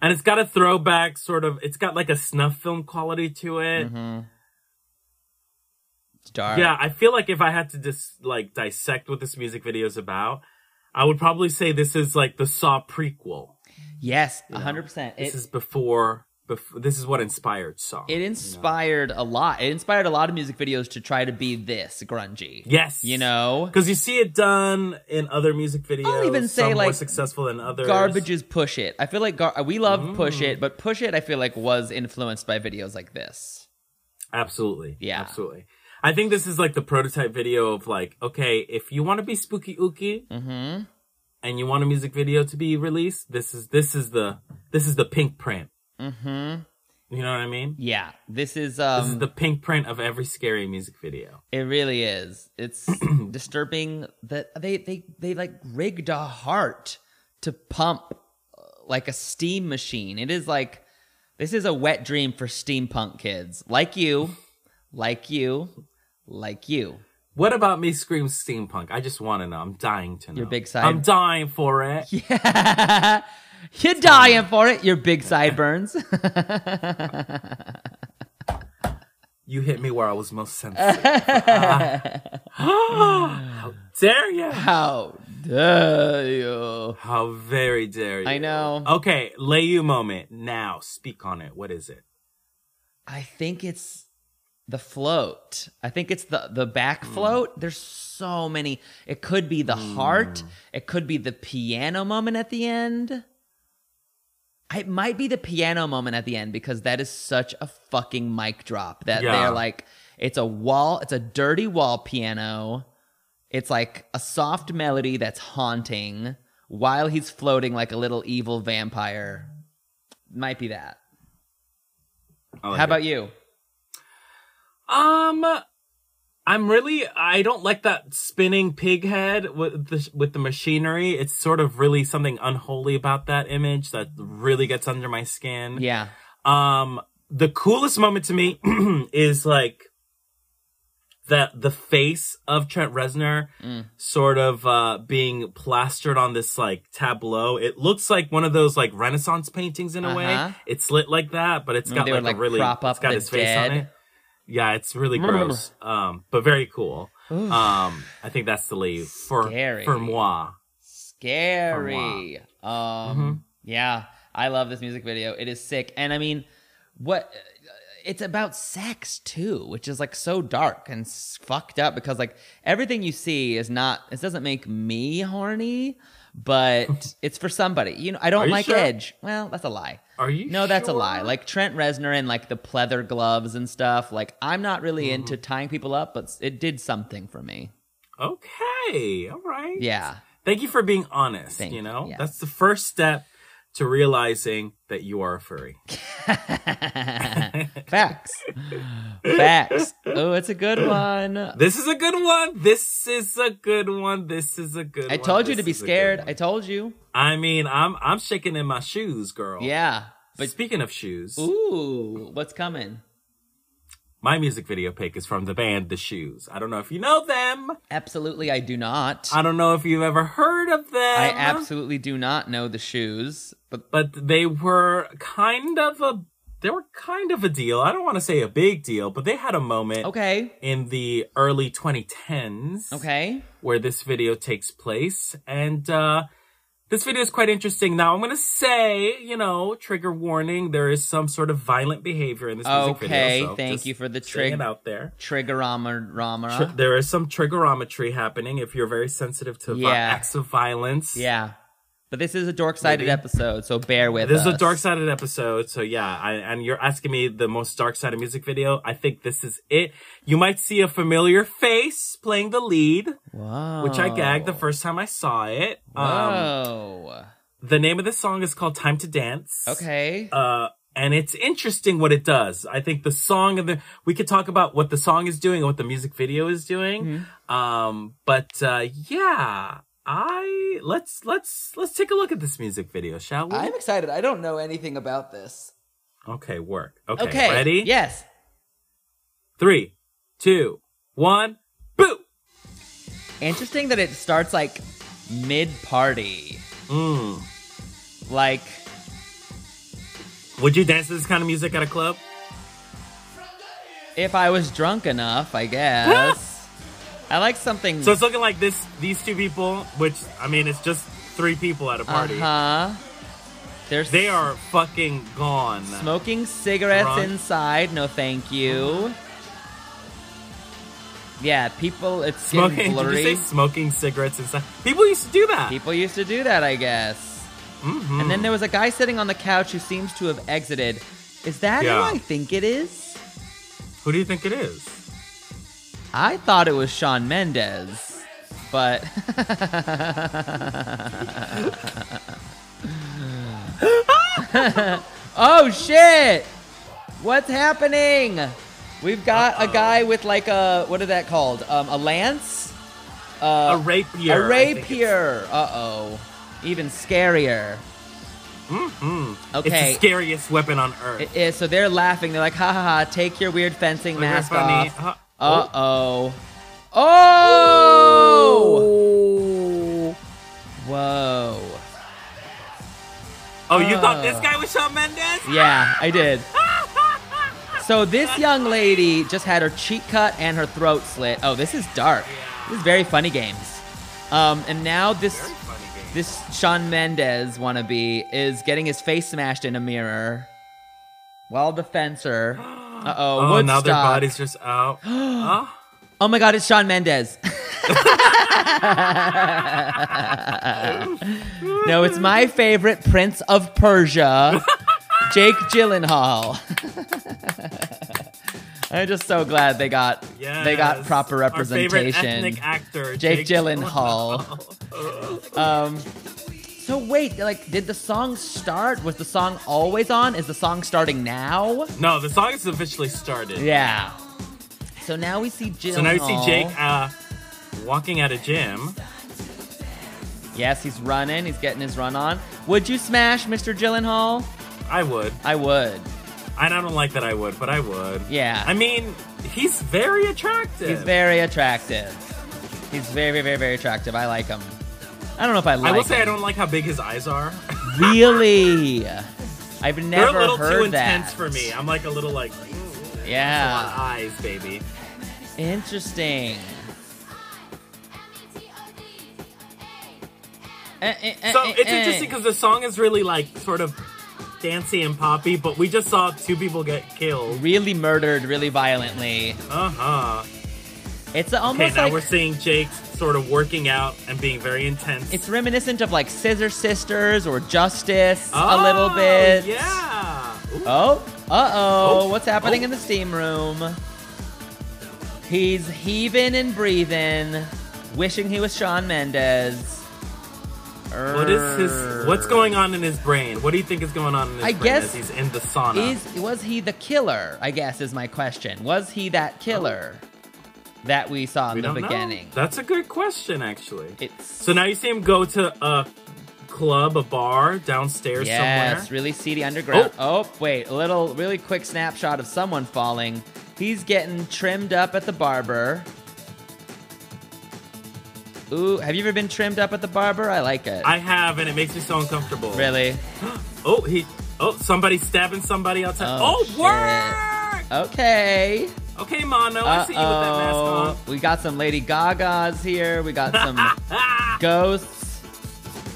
S2: And it's got a throwback sort of it's got like a snuff film quality to it.
S1: Mhm. it's dark.
S2: Yeah, I feel like if I had to just like dissect what this music video is about, I would probably say this is like the Saw prequel.
S1: Yes, hundred percent.
S2: This
S1: It
S2: is before, before. This is what inspired Saw.
S1: it inspired a lot. It inspired a lot of music videos to try to be this grungy.
S2: yes,
S1: You know,
S2: because you see it done in other music videos.
S1: I'll even say,
S2: some more
S1: like,
S2: successful than others.
S1: garbage is push it. I feel like gar- we love push
S2: Mm.
S1: it, but push it I feel like was influenced by videos like this.
S2: Absolutely.
S1: Yeah.
S2: Absolutely. I think this is like the prototype video of like, okay, if you want to be spooky ooky
S1: Mhm.
S2: and you want a music video to be released, this is this is the this is the pink print.
S1: Mhm.
S2: You know what I mean?
S1: Yeah, this is
S2: This
S1: um
S2: is the pink print of every scary music video.
S1: it really is. It's disturbing that they they they like rigged a heart to pump uh, like a steam machine. It is like this is a wet dream for steampunk kids like you, like you, like you.
S2: What about me scream steampunk? I just want to know. I'm dying to know.
S1: Your big side.
S2: I'm dying for it.
S1: Yeah. You're dying for it, your big sideburns.
S2: You hit me where I was most sensitive. How dare you?
S1: How dare you?
S2: How very dare you?
S1: I know.
S2: Okay, lay you moment now. Speak on it. What is it?
S1: I think it's the float. I think it's the the back
S2: Hmm.
S1: float. There's so many. It could be the heart.
S2: Hmm.
S1: It could be the piano moment at the end. It might be the piano moment at the end because that is such a fucking mic drop that
S2: Yeah.
S1: they're like, it's a wall, it's a dirty wall piano. It's like a soft melody that's haunting while he's floating like a little evil vampire. Might be that.
S2: I like
S1: How
S2: it.
S1: about you?
S2: Um, I'm really. I don't like that spinning pig head with the with the machinery. It's sort of really something unholy about that image that really gets under my skin.
S1: Yeah.
S2: Um, the coolest moment to me is like the the face of Trent Reznor
S1: Mm.
S2: sort of uh being plastered on this like tableau. It looks like one of those like Renaissance paintings in a way.
S1: Uh-huh.
S2: It's lit like that, but it's got
S1: Remember they
S2: like,
S1: would,
S2: a
S1: like,
S2: really
S1: prop up
S2: it's got
S1: the
S2: his face on
S1: dead?
S2: it. Yeah, it's really
S1: Remember.
S2: gross. Um but very cool.
S1: Ooh,
S2: Um I think that's the leave for
S1: Scary.
S2: for moi.
S1: scary. Um, yeah, I love this music video. It is sick, and I mean, what? It's about sex too, which is like so dark and s- fucked up because like everything you see is not. It doesn't make me horny, but it's for somebody. You know, I
S2: Are
S1: don't
S2: you
S1: like
S2: sure?
S1: Edge. Well, that's a lie.
S2: Are you
S1: No, that's a lie.
S2: sure?
S1: Like Trent Reznor and like the pleather gloves and stuff. Like I'm not really
S2: Mm-hmm.
S1: into tying people up, but it did something for me.
S2: Okay. All right.
S1: Yeah.
S2: Thank you for being honest.
S1: Thank
S2: you
S1: you,
S2: know,
S1: yeah.
S2: that's the first step to realizing that you are a furry.
S1: Facts. Facts. Oh, it's a good one.
S2: This is a good one. This is a good one. This is a good one.
S1: I told you
S2: This
S1: to be
S2: is a good
S1: scared.
S2: one.
S1: I told you.
S2: I mean, I'm I'm shaking in my shoes, girl.
S1: Yeah.
S2: But
S1: But
S2: speaking of shoes,
S1: ooh, what's coming?
S2: my music video pick is from the band The Shoes. I don't know if you know them.
S1: Absolutely, I do not.
S2: I don't know if you've ever heard of them.
S1: I absolutely do not know the shoes, but
S2: but they were kind of a they were kind of a deal. I don't want to say a big deal, but they had a moment
S1: okay.
S2: in the early 2010s.
S1: Okay.
S2: where this video takes place. And uh, this video is quite interesting. Now, I'm going to say, you know, trigger warning, there is some sort of violent behavior in this music video.
S1: Okay,
S2: so
S1: thank
S2: just
S1: you for the
S2: saying
S1: trig-
S2: it out there.
S1: Triggerama
S2: Tr-
S1: Rama.
S2: there is some triggerometry happening if you're very sensitive to vi-
S1: Yeah.
S2: acts of violence.
S1: Yeah. But this is a dork sided
S2: Maybe.
S1: episode, so bear with
S2: This
S1: us.
S2: is a dark sided episode, so yeah, I, and you're asking me the most dark sided music video. I think this is it. You might see a familiar face playing the lead,
S1: Whoa.
S2: which I um, gagged
S1: Oh.
S2: the first time I saw it.
S1: Whoa.
S2: The name of this song is called Time to Dance.
S1: okay.
S2: Uh, and it's interesting what it does. I think the song and the, we could talk about what the song is doing and what the music video is doing.
S1: Mm-hmm.
S2: Um, but, uh, yeah, I, let's, let's, let's take a look at this music video, shall we?
S1: excited. I don't know anything about this.
S2: okay, work. Okay.
S1: Okay.
S2: Ready?
S1: Yes.
S2: Three, two, one, boo!
S1: Interesting that it starts like mid party.
S2: Mm.
S1: Like,
S2: Would you dance to this kind of music at a club?
S1: if I was drunk enough, I guess. I like something.
S2: So it's looking like this, these two people, which, I mean, it's just three people at a
S1: uh
S2: party.
S1: huh. They're
S2: They are fucking gone.
S1: smoking cigarettes
S2: Drunk.
S1: inside. No, thank you. Yeah, people. It's
S2: Smoking,
S1: getting blurry.
S2: did you say smoking cigarettes and stuff? People used to do that.
S1: People used to do that, I guess.
S2: Mhm.
S1: And then there was a guy sitting on the couch who seems to have exited. Is that
S2: Yeah.
S1: who I think it is?
S2: Who do you think it is?
S1: I thought it was Sean Mendez, but oh shit! What's happening? We've got a guy with like a what is that called? Um, a lance?
S2: A
S1: Uh,
S2: rapier.
S1: a rapier. Uh oh. Even scarier.
S2: Mm-hmm. It's
S1: Okay.
S2: the scariest weapon on earth.
S1: It is. So they're laughing. They're like, ha ha ha, take your weird fencing
S2: Like,
S1: mask
S2: they're funny.
S1: off.
S2: Huh.
S1: Uh oh. Oh!
S2: Oh,
S1: Whoa.
S2: Oh, you thought
S1: Uh.
S2: this guy was Shawn Mendes?
S1: Yeah, I did. So this young lady just had her cheek cut and her throat slit. Oh, this is dark. This is very funny games. Um, and now this
S2: Very funny game.
S1: this Sean Mendez wannabe is getting his face smashed in a mirror. While the fencer. Uh
S2: oh,
S1: oh.
S2: now
S1: Woodstock.
S2: their body's just out. Huh?
S1: Oh my God, it's Sean Mendez. no, it's my favorite Prince of Persia, Jake Gyllenhaal. I'm just so glad they got they got
S2: Yes.
S1: proper
S2: Our favorite
S1: representation.
S2: ethnic actor,
S1: Jake
S2: Jake
S1: Gyllenhaal. Um, so wait, like, did the song start? Was the song always on? Is the song starting now?
S2: No, the song is officially started.
S1: Yeah. So now we see Gyllenhaal.
S2: So now you see Jake uh, walking at a gym.
S1: Yes, he's running. He's getting his run on. Would you smash Mr. Gyllenhaal?
S2: I would.
S1: I would.
S2: And I don't like that I would, but I would.
S1: Yeah.
S2: I mean, he's very attractive.
S1: He's very attractive. He's very, very, very attractive. I like him. I don't know if I like
S2: I will
S1: him.
S2: say I don't like how big his eyes are.
S1: Really? I've
S2: They're
S1: never
S2: a little
S1: heard
S2: too
S1: that. Uh,
S2: intense for me. I'm like a little like. "Ooh, that's a lot
S1: Yeah.
S2: of eyes, baby.
S1: Interesting. Eh, eh, eh,
S2: So
S1: eh,
S2: it's
S1: eh.
S2: interesting because the song is really like sort of dancey and poppy, but we just saw two people get killed.
S1: really murdered, really violently.
S2: Uh huh.
S1: It's
S2: Okay,
S1: almost
S2: now we're
S1: like
S2: seeing Jake sort of working out and being very intense.
S1: it's reminiscent of like Scissor Sisters or Justice a
S2: Oh,
S1: little bit.
S2: Yeah. Ooh.
S1: Oh, uh
S2: Oh,
S1: oh, what's happening
S2: oh.
S1: in the steam room? He's heaving and breathing, wishing he was Sean Mendes.
S2: What is his? What's going on in his brain? What do you think is going on in his
S1: I
S2: brain
S1: guess
S2: as he's in the sauna?
S1: Is was he the killer? I guess is my question. Was he that killer that we saw
S2: Oh.
S1: in
S2: we
S1: the
S2: don't
S1: beginning?
S2: know. That's a good question, actually.
S1: It's
S2: so now you see him go to a club, a bar downstairs
S1: yes,
S2: somewhere.
S1: really seedy underground. Oh. wait, a little, really quick snapshot of someone falling. He's getting trimmed up at the barber. Ooh, have you ever been trimmed up at the barber? I like it.
S2: I have, and it makes me so uncomfortable.
S1: really.
S2: Oh, he. Oh, somebody's stabbing somebody outside.
S1: Oh,
S2: Oh,
S1: shit.
S2: work!
S1: Okay.
S2: Okay, Mono, Oh, I see you with that mask
S1: Uh
S2: on.
S1: oh. We got some Lady Gaga's here. We got some
S2: Ah,
S1: ghosts.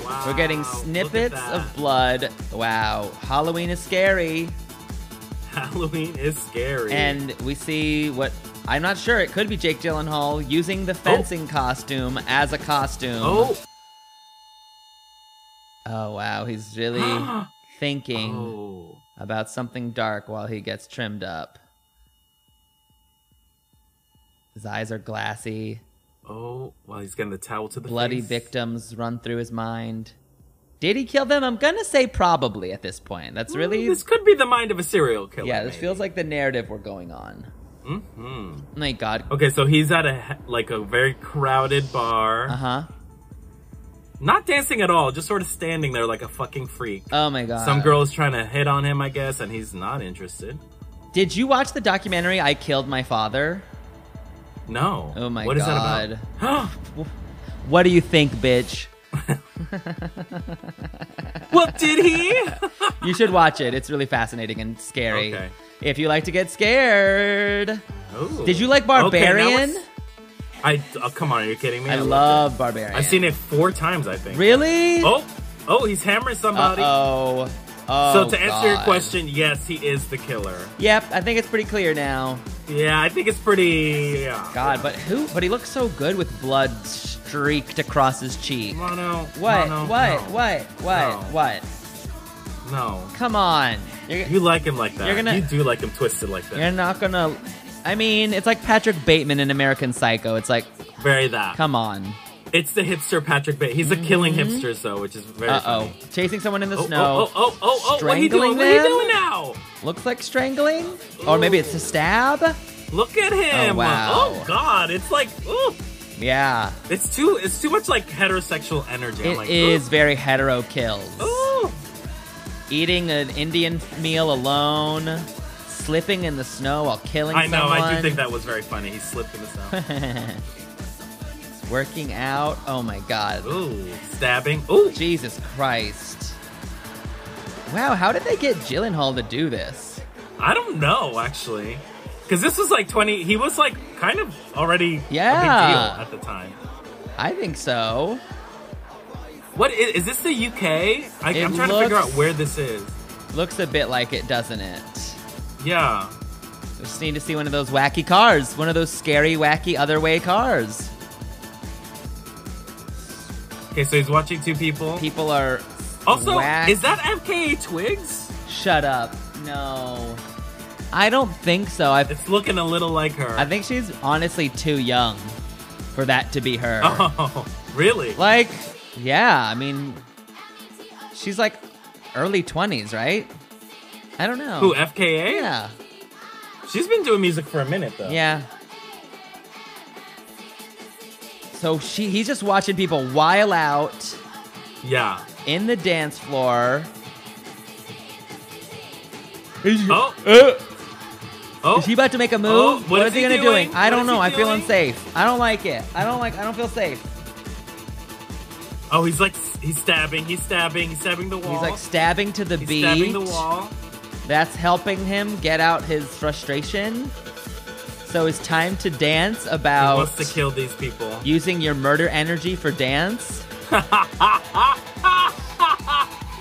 S2: wow,
S1: We're getting
S2: look at
S1: snippets
S2: that.
S1: of blood. Wow. Halloween is scary.
S2: Halloween is scary.
S1: And we see what I'm not sure. It could be Jake Gyllenhaal using the fencing costume as a costume.
S2: oh,
S1: Oh, wow, he's really thinking
S2: oh.
S1: about something dark while he gets trimmed up. His eyes are glassy.
S2: Oh, well, he's getting the towel to the
S1: Bloody
S2: face.
S1: victims run through his mind. Did he kill them? I'm gonna say probably at this point. That's really
S2: This could be the mind of a serial killer.
S1: yeah. This feels like the narrative we're going on. Oh
S2: hmm
S1: My God.
S2: Okay, so he's at a like a very crowded bar,
S1: Uh huh.
S2: not dancing at all, just sort of standing there like a fucking freak.
S1: Oh my God.
S2: Some girl is trying to hit on him, I guess, and he's not interested.
S1: Did you watch the documentary I Killed My Father?
S2: No.
S1: Oh my
S2: What is that
S1: God.
S2: about?
S1: What do you think, bitch?
S2: what did he?
S1: You should watch it. It's really fascinating and scary.
S2: Okay.
S1: If you like to get scared.
S2: Oh.
S1: Did you like
S2: Okay, now
S1: Barbarian?
S2: it's- I oh, come on, are you kidding me?
S1: I
S2: loved
S1: love
S2: It.
S1: Barbarian.
S2: I've seen it four times, I think.
S1: Really?
S2: Oh, oh, he's hammering somebody.
S1: oh. Oh.
S2: so to answer your
S1: God.
S2: question, yes, he is the killer.
S1: Yep, I think it's pretty clear now.
S2: Yeah, I think it's pretty. Yeah.
S1: God, but who? But he looks so good with blood streaked across his cheek.
S2: Mono.
S1: What?
S2: Mono,
S1: what?
S2: no,
S1: What? What?
S2: No.
S1: What?
S2: No.
S1: Come on. You're,
S2: You like him like that.
S1: You're gonna-
S2: You do like him twisted like that.
S1: You're not gonna. I mean, it's like Patrick Bateman in American Psycho. It's like,
S2: Very that.
S1: come on.
S2: It's the hipster Patrick Bay. He's a killing hipster, though, which is very
S1: Uh oh.
S2: funny.
S1: Chasing someone in the
S2: Oh,
S1: snow.
S2: oh, oh, oh, oh, oh, what are you doing?
S1: Strangling
S2: What are you
S1: them?
S2: doing now?
S1: Looks like strangling? Or maybe it's a stab?
S2: Look at him.
S1: Oh, wow.
S2: Oh, God. It's like, ooh.
S1: Yeah.
S2: It's too, it's too much like heterosexual energy.
S1: it is
S2: I'm like,
S1: very hetero kills.
S2: Ooh, ooh.
S1: Eating an Indian meal alone, slipping in the snow while killing
S2: I know.
S1: someone.
S2: I do think that was very funny. He slipped in the snow.
S1: Working out. Oh my god.
S2: ooh. Stabbing. Ooh.
S1: Jesus Christ. Wow, how did they get Gyllenhaal to do this?
S2: I don't know, actually. Because this was like 20, he was like kind of already
S1: Yeah.
S2: a big deal at the time.
S1: I think so.
S2: What is, is this the UK? I,
S1: It
S2: I'm trying to figure out
S1: looks-
S2: where this is.
S1: Looks a bit like it, doesn't it?
S2: Yeah.
S1: We just need to see one of those wacky cars, one of those scary, wacky, other way cars.
S2: Okay, so he's watching two people.
S1: People are.
S2: also,
S1: whack-
S2: is that MKA Twigs?
S1: Shut up. No. I don't think so. I,
S2: It's looking a little like her.
S1: I think she's honestly too young for that to be her.
S2: oh, really?
S1: Like, yeah, I mean, she's like early 20s, right? I don't know.
S2: Who, FKA?
S1: Yeah.
S2: She's been doing music for a minute, though.
S1: Yeah. So she he's just watching people while out
S2: Yeah.
S1: in the dance floor. Is,
S2: Oh,
S1: Uh,
S2: oh,
S1: is he about to make a move?
S2: Oh, what
S1: what is,
S2: is
S1: he
S2: he
S1: gonna
S2: doing?
S1: do? I
S2: What
S1: don't
S2: is
S1: know.
S2: he
S1: I feel
S2: doing?
S1: unsafe. I don't like it. I don't like. I don't feel safe.
S2: oh, he's like, he's stabbing, he's stabbing, he's stabbing the wall.
S1: He's like stabbing to the
S2: He's
S1: beat.
S2: stabbing the wall.
S1: That's helping him get out his frustration. So it's time to dance
S2: He
S1: about
S2: wants to kill these people.
S1: using your murder energy for dance.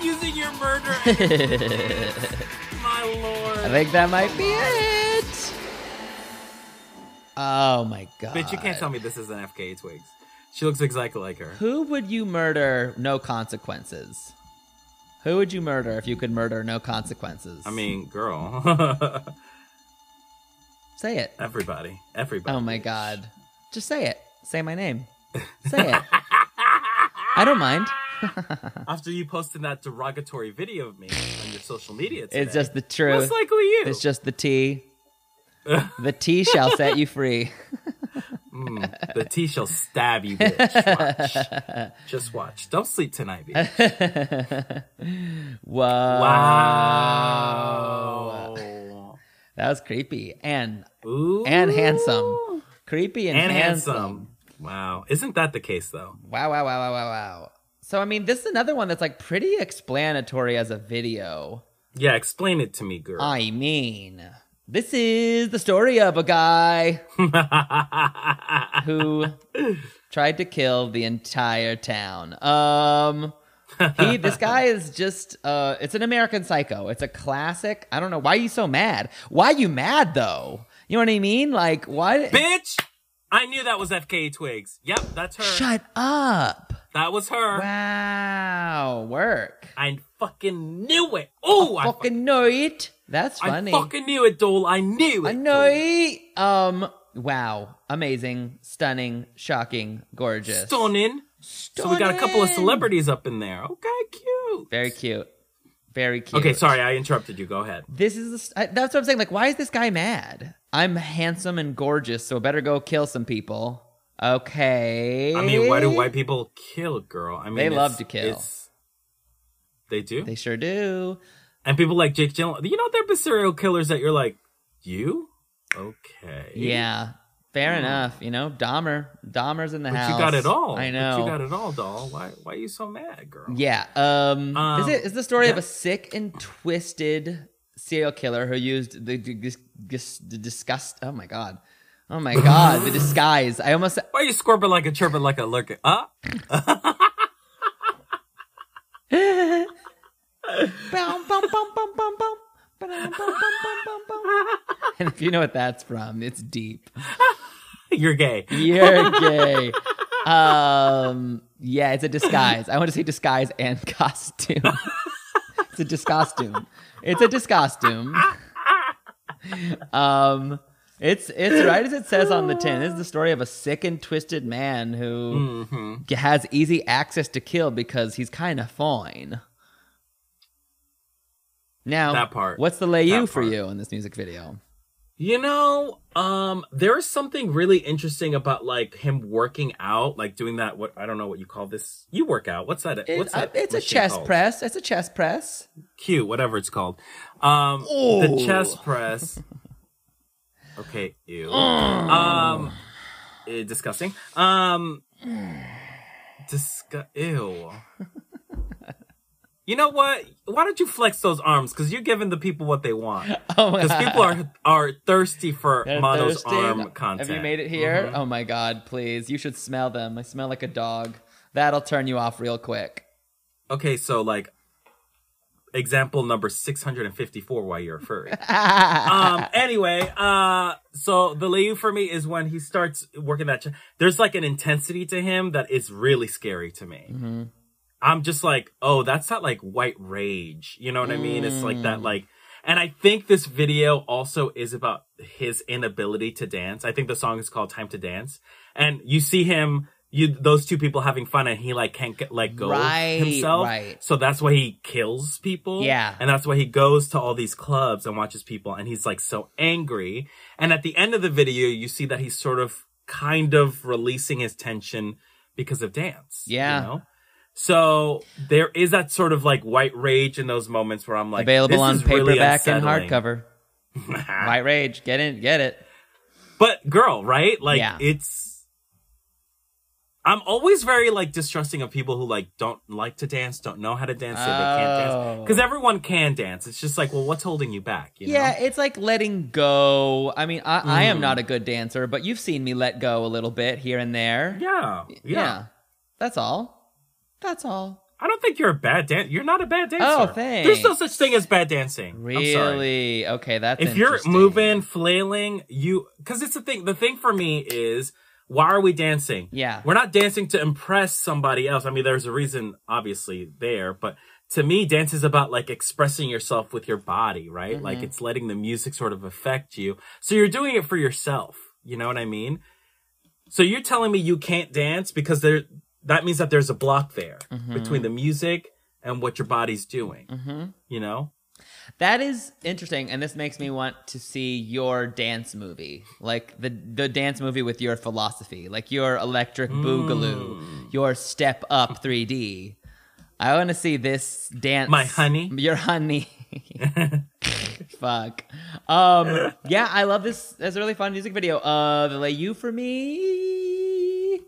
S2: Using your murder,
S1: I
S2: my lord.
S1: think that might be it. Oh my god.
S2: Bitch, you can't tell me this isn't FKA Twigs. She looks exactly like her.
S1: Who would you murder no consequences? Who would you murder if you could murder no consequences?
S2: I mean, girl.
S1: say it.
S2: everybody, everybody.
S1: Oh my god. Just say it. Say my name. Say it. I don't mind.
S2: After you posted that derogatory video of me on your social media, today,
S1: It's just the
S2: most
S1: truth.
S2: likely you.
S1: It's just the tea. the tea shall set you free.
S2: Mm, the T shall stab you, bitch. Watch. just watch. Don't sleep tonight, bitch.
S1: Whoa.
S2: Wow.
S1: That was creepy. And
S2: Ooh.
S1: and handsome. Creepy and,
S2: And
S1: handsome.
S2: handsome. Wow. Isn't that the case, though?
S1: Wow, wow, wow, wow, wow, wow. So I mean, this is another one that's like pretty explanatory as a video.
S2: Yeah, explain it to me, girl.
S1: I mean, this is the story of a guy Uh, who tried to kill the entire town. Um he this guy is just uh it's an American psycho. It's a classic. I don't know why you so mad. Why you mad though? You know what I mean? Like why
S2: Bitch! I knew that was FKA Twigs. Yep, that's her.
S1: Shut up.
S2: that was her.
S1: Wow, work.
S2: I fucking knew it. Oh, I, fuck-
S1: fucking know it. That's
S2: I
S1: funny.
S2: fucking knew it, Dole. I knew it.
S1: I know
S2: Dole.
S1: it. Um wow, amazing, stunning, shocking, gorgeous.
S2: Stunning. So we got a couple of
S1: Stunning.
S2: celebrities up in there. Okay, cute.
S1: Very cute. Very cute.
S2: Okay, sorry, I interrupted you. Go ahead.
S1: This is the s- I- that's what I'm saying. Like, why is this guy mad? I'm handsome and gorgeous, so I better go kill some people. Okay.
S2: I mean, why do white people kill, girl? I mean,
S1: They
S2: it's-
S1: love to kill.
S2: it's- They do,
S1: They sure do.
S2: and people like Jake Gyllenhaal. You know, there have been serial killers that you're like, you, okay,
S1: Yeah. Fair enough. You know, Dahmer. Dahmer's in the
S2: Hmm. But
S1: house.
S2: you got it all.
S1: I
S2: But
S1: know.
S2: you got it all, doll. Why? Why are you so mad, girl?
S1: Yeah. Um,
S2: Um,
S1: is it is the story of
S2: yeah.
S1: a sick and twisted serial killer who used the, the, dis- dis- the disgust. Oh my god. Oh my god. the disguise. I almost.
S2: Why are you squirping like a chirping like a lurking? Uh,
S1: Bum, bum, bum, bum, bum, bum. Ba-dum, bum, bum, bum, bum, bum. And if you know what that's from, it's deep.
S2: you're gay.
S1: You're gay. Um, yeah, it's a disguise. I want to say disguise and costume. it's a discostume. It's a discostume. Um, it's it's right as it says on the tin. This is the story of a sick and twisted man who
S2: hmm
S1: has easy access to kill because he's kind of fine. Now,
S2: That part.
S1: What's the lay you
S2: That
S1: for
S2: part.
S1: you in this music video?
S2: You know, um, there is something really interesting about like him working out, like doing that. What I don't know what you call this. You work out. What's that?
S1: It-
S2: what's
S1: uh,
S2: that
S1: it's a
S2: machine
S1: chest
S2: called?
S1: press. It's a chest press.
S2: Q, whatever it's called. Um, the chest press. Okay, ew.
S1: Mm.
S2: Um, eh, disgusting. Um, disgu- ew. You know what? Why don't you flex those arms? Because you're giving the people what they want.
S1: Oh my
S2: Because people are are thirsty for
S1: They're
S2: Mono's
S1: thirsty.
S2: arm content. Mm-hmm.
S1: Have you made it here? Oh my god, please. You should smell them. I smell like a dog. That'll turn you off real quick.
S2: Okay, so like example number 654 why you're a furry. um anyway, uh so the Liu for me is when he starts working that ch- there's like an intensity to him that is really scary to me.
S1: Mm-hmm.
S2: I'm just like, "Oh, that's that like white rage." You know what I mean? It's like that like and I think this video also is about his inability to dance. I think the song is called Time to Dance. And you see him you those two people having fun and he like can't get let go of
S1: Right,
S2: himself.
S1: right.
S2: So that's why he kills people.
S1: Yeah.
S2: And that's why he goes to all these clubs and watches people and he's like so angry. And at the end of the video, you see that he's sort of kind of releasing his tension because of dance. you
S1: Yeah.
S2: know? So there is that sort of like white rage in those moments where I'm like,
S1: Available
S2: this
S1: on
S2: is really
S1: paperback and
S2: unsettling. Ah.
S1: hardcover. White Rage, get in, get it.
S2: But girl, right? Like
S1: Yeah.
S2: it's I'm always very like distrusting of people who like don't like to dance, don't know how to dance, say they can't
S1: Oh.
S2: dance. Because everyone can dance. It's just like, well, what's holding you back? You
S1: yeah,
S2: know? Mm.
S1: it's like letting go. I mean, I, I am not a good dancer, but you've seen me let go a little bit here and there.
S2: Yeah. Yeah.
S1: Yeah. That's all. That's all.
S2: I don't think you're a bad dancer. You're not a bad dancer.
S1: Oh, thanks.
S2: There's no such thing as bad dancing. I'm sorry.
S1: Really? Okay, that's
S2: if you're
S1: interesting.
S2: moving, flailing, you because it's the thing. The thing for me is why are we dancing?
S1: Yeah.
S2: we're not dancing to impress somebody else. I mean, there's a reason, obviously, there, but to me, dance is about like expressing yourself with your body, right?
S1: Mm-hmm.
S2: Like it's letting the music sort of affect you. So you're doing it for yourself. You know what I mean? So you're telling me you can't dance because there that means that there's a block there
S1: Mm-hmm.
S2: between the music and what your body's doing. You know?
S1: That is interesting, and this makes me want to see your dance movie, like the the dance movie with your philosophy, like your Electric
S2: Hmm.
S1: Boogaloo, your Step Up 3D. I want to see this dance.
S2: My honey?
S1: your honey. Fuck. Um, yeah, I love this. That's a really fun music video. Uh, the lay you for me.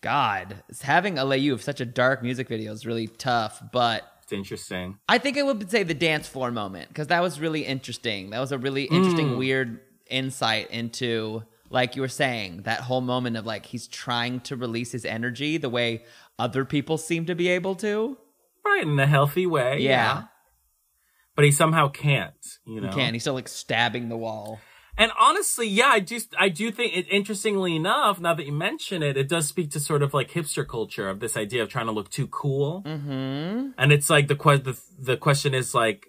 S1: God, having a lay you of such a dark music video is really tough, but
S2: It's interesting.
S1: I think I would say the dance floor moment because that was really interesting. That was a really interesting,
S2: Mm.
S1: weird insight into, like you were saying, that whole moment of like he's trying to release his energy the way other people seem to be able to.
S2: Right in a healthy way.
S1: Yeah,
S2: But he somehow can't, you know.
S1: he can. He's still like stabbing the wall.
S2: And honestly, yeah, I do. I do think it. Interestingly enough, now that you mention it, it does speak to sort of like hipster culture of this idea of trying to look too cool.
S1: Mm-hmm.
S2: And it's like the que- the, the question is like,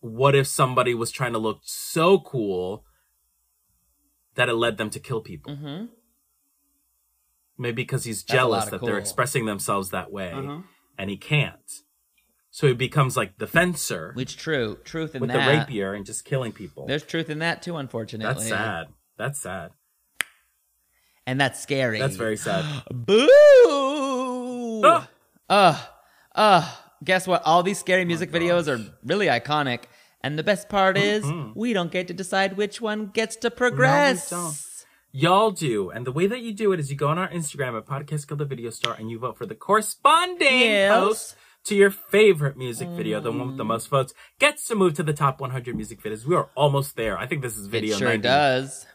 S2: what if somebody was trying to look so cool that it led them to kill people?
S1: Mm-hmm.
S2: Maybe because he's
S1: That's a
S2: jealous
S1: lot of
S2: that they're
S1: cool.
S2: expressing themselves that way, and he can't. So he becomes like the fencer
S1: Which true truth in
S2: with the
S1: that.
S2: rapier and just killing people.
S1: There's truth in that too, unfortunately.
S2: That's sad. That's sad.
S1: and that's scary.
S2: That's very sad.
S1: Boo! Ugh.
S2: Ah!
S1: Ugh. Guess what? All these scary
S2: Oh
S1: music videos are really iconic. And the best part is,
S2: Mm-hmm.
S1: we don't get to decide which one gets to progress.
S2: don't. Y'all do. And the way that you do it is you go on our Instagram at Podcast Kill the Video Star and you vote for the corresponding
S1: Yes. Mm.
S2: post to your favorite music video. The one with the most votes gets to move to the top 100 music videos. We are almost there. I think this is video
S1: it sure
S2: 95.
S1: does.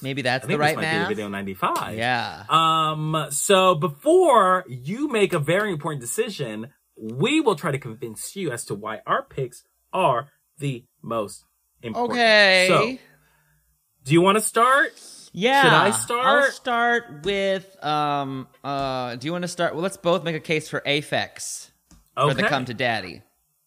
S1: Maybe that's
S2: I
S1: the
S2: think
S1: right
S2: this might be
S1: math.
S2: video 95.
S1: Yeah.
S2: Um, so before you make a very important decision, we will try to convince you as to why our picks are the most important.
S1: Okay.
S2: So, do you want to start?
S1: yeah.
S2: should I
S1: I'll
S2: start?
S1: start with. Um. Uh. Do you want to start? Well, let's both make a case for Aphex for the Come to Daddy.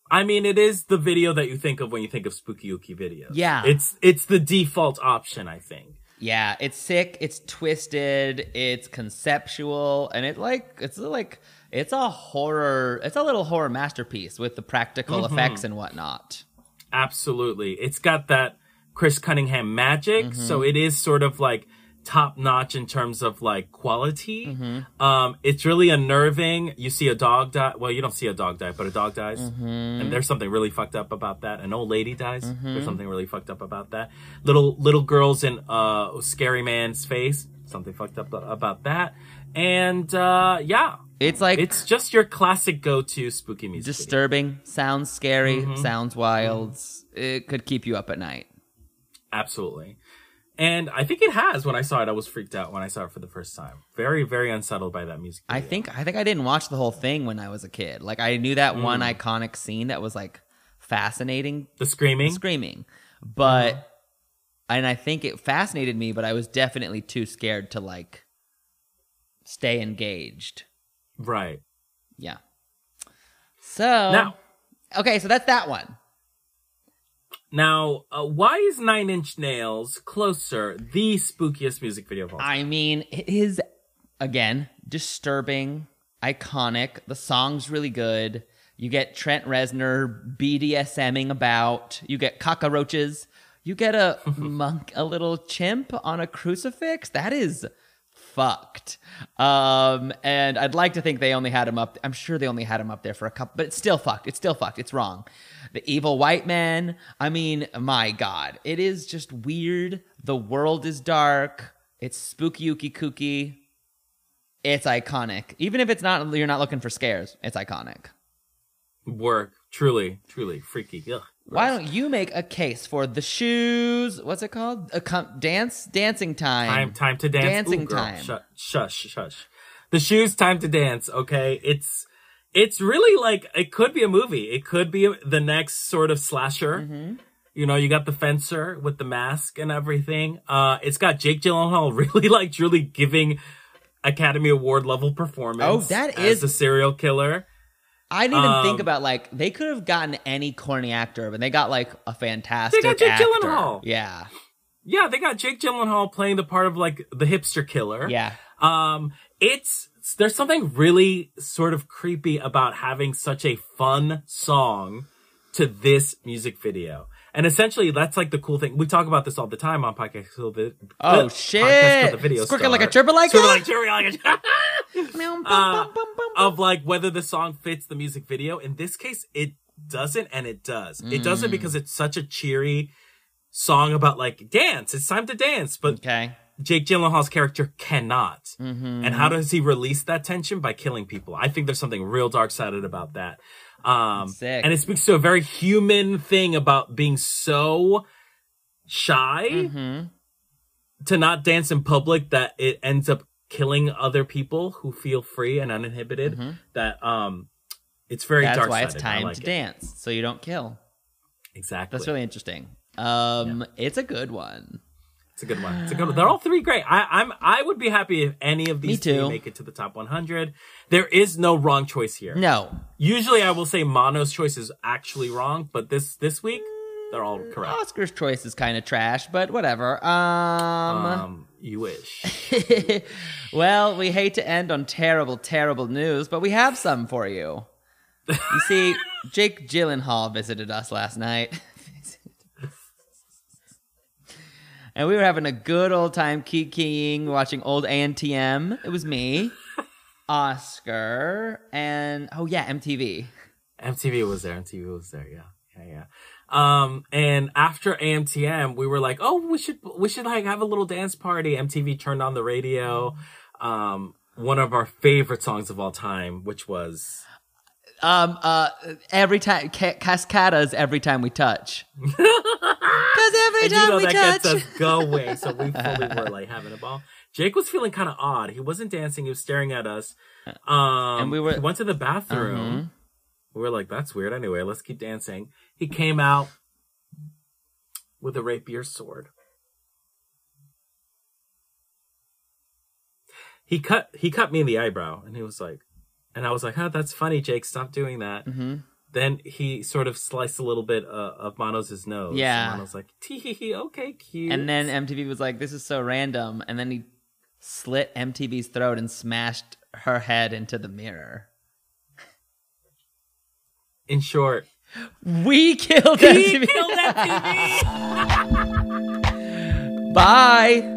S2: I mean, it is the video that you think of when you think of spooky ooky videos.
S1: Yeah.
S2: It's it's the default option, I think.
S1: Yeah, it's sick, it's twisted, it's conceptual, and it like it's like it's a horror it's a little horror masterpiece with the practical effects and whatnot.
S2: Absolutely. It's got that Chris Cunningham magic, so it is sort of like top notch in terms of like quality. Um, it's really unnerving. You see a dog die. Well, you don't see a dog die, but a dog dies. And there's something really fucked up about that. An old lady dies. There's something really fucked up about that. Little little girls in uh scary man's face. Something fucked up about that. And uh yeah.
S1: It's like
S2: It's just your classic go-to spooky music. video.
S1: disturbing, sounds scary, sounds wild. It could keep you up at night.
S2: Absolutely. And I think it has. When I saw it, I was freaked out when I saw it for the first time. Very, very unsettled by that music.
S1: I
S2: video.
S1: think I think I didn't watch the whole thing when I was a kid. Like I knew that one iconic scene that was like fascinating
S2: the screaming.
S1: screaming. But and I think it fascinated me, but I was definitely too scared to like stay engaged.
S2: right
S1: Yeah. So
S2: now,
S1: okay, so that's that one.
S2: now, uh, why is Nine Inch Nails closer the spookiest music video of all? time?
S1: I mean, it is again disturbing, iconic. The song's really good. You get Trent Reznor BDSMing about. You get cockroaches. You get a monk, a little chimp on a crucifix. That is fucked. Um, and I'd like to think they only had him up. I'm sure they only had him up there for a couple, but it's still fucked. It's still fucked. It's wrong. The evil white man. I mean, my God, it is just weird. The world is dark. It's spooky, ooky, kooky. It's iconic. Even if it's not, you're not looking for scares. It's iconic.
S2: Work. Truly, truly freaky. Ugh.
S1: Why don't you make a case for the shoes? What's it called? A com- dance, dancing
S2: Time,
S1: time.
S2: time to dance.
S1: Dancing
S2: Ooh, girl,
S1: time.
S2: Shush, shush, shush. The shoes, time to dance. Okay, it's it's really like it could be a movie. It could be the next sort of slasher.
S1: Mm-hmm.
S2: You know, you got the fencer with the mask and everything. Uh, it's got Jake Gyllenhaal really like truly giving Academy Award level performance.
S1: Oh, that
S2: as
S1: is-
S2: a serial killer.
S1: I didn't even think
S2: Um,
S1: about like they could have gotten any corny actor, but they got like a fantastic
S2: Jake
S1: actor.
S2: Gyllenhaal.
S1: Yeah,
S2: Yeah, they got Jake Gyllenhaal playing the part of like the hipster killer.
S1: yeah.
S2: Um, it's there's something really sort of creepy about having such a fun song to this music video. And essentially, that's like the cool thing. We talk about this all the time on podcast. Kill the-
S1: Oh
S2: podcast
S1: shit!
S2: Kill the video
S1: Squirking like a
S2: Star.
S1: chirper like
S2: Sort of
S1: a-
S2: like chirping like a-
S1: Meow, bum,
S2: Uh,
S1: bum, bum, bum,
S2: of like whether the song fits the music video. In this case, it doesn't, and it does. It doesn't because it's such a cheery song about like dance. It's time to dance, but
S1: Okay. Mm-hmm.
S2: Jake Gyllenhaal's character cannot. And how does he release that tension? By killing people. I think there's something real dark sided about that. Um,
S1: Sick.
S2: and it speaks to a very human thing about being so shy
S1: Mm-hmm.
S2: to not dance in public that it ends up killing other people who feel free and uninhibited. That, um, it's very
S1: Mm-hmm. That's
S2: dark
S1: why it's
S2: sided.
S1: time to dance, so you don't kill.
S2: Exactly.
S1: That's really interesting. Um, it's a good one.
S2: It's a good one. It's a good one. They're all three great. I, I'm I would be happy if any of these
S1: too.
S2: three make it to the top 100. There is no wrong choice here.
S1: No,
S2: Usually, I will say Mono's choice is actually wrong, but this this week they're all correct.
S1: Oscar's choice is kind of trash, but whatever. Um,
S2: Um, you wish.
S1: well, we hate to end on terrible, terrible news, but we have some for you. You see, Jake Gyllenhaal visited us last night. and we were having a good old time kikiing, watching old ANTM. It was me, Oscar, and oh yeah, MTV.
S2: MTV was there. MTV was there. Yeah, yeah, yeah. Um, and after AMTM, we were like, oh, we should we should like have a little dance party. MTV turned on the radio. Um, one of our favorite songs of all time, which was
S1: Um, uh, every time ca- cascadas every time we touch. Cause every
S2: And you
S1: time
S2: know
S1: we
S2: that
S1: touch.
S2: gets us going. So we fully were like having a ball. Jake was feeling kind of odd. He wasn't dancing. He was staring at us. Um,
S1: Uh, And we were- Uh-huh.
S2: He went to the bathroom. We were like, "That's weird." Anyway, let's keep dancing. He came out with a rapier sword. He cut he cut me in the eyebrow, and he was like, and I was like, "Huh, that's funny, Jake. Stop doing that."
S1: Mm-hmm.
S2: Then he sort of sliced a little bit uh, of Mono's nose.
S1: Yeah.
S2: and Mono's like, "Tee hee hee, okay, cute."
S1: And then MTV was like, "This is so random," and then he slit MTV's throat and smashed her head into the mirror.
S2: in short,
S1: We killed
S2: he
S1: MTV.
S2: killed that TV.
S1: Bye.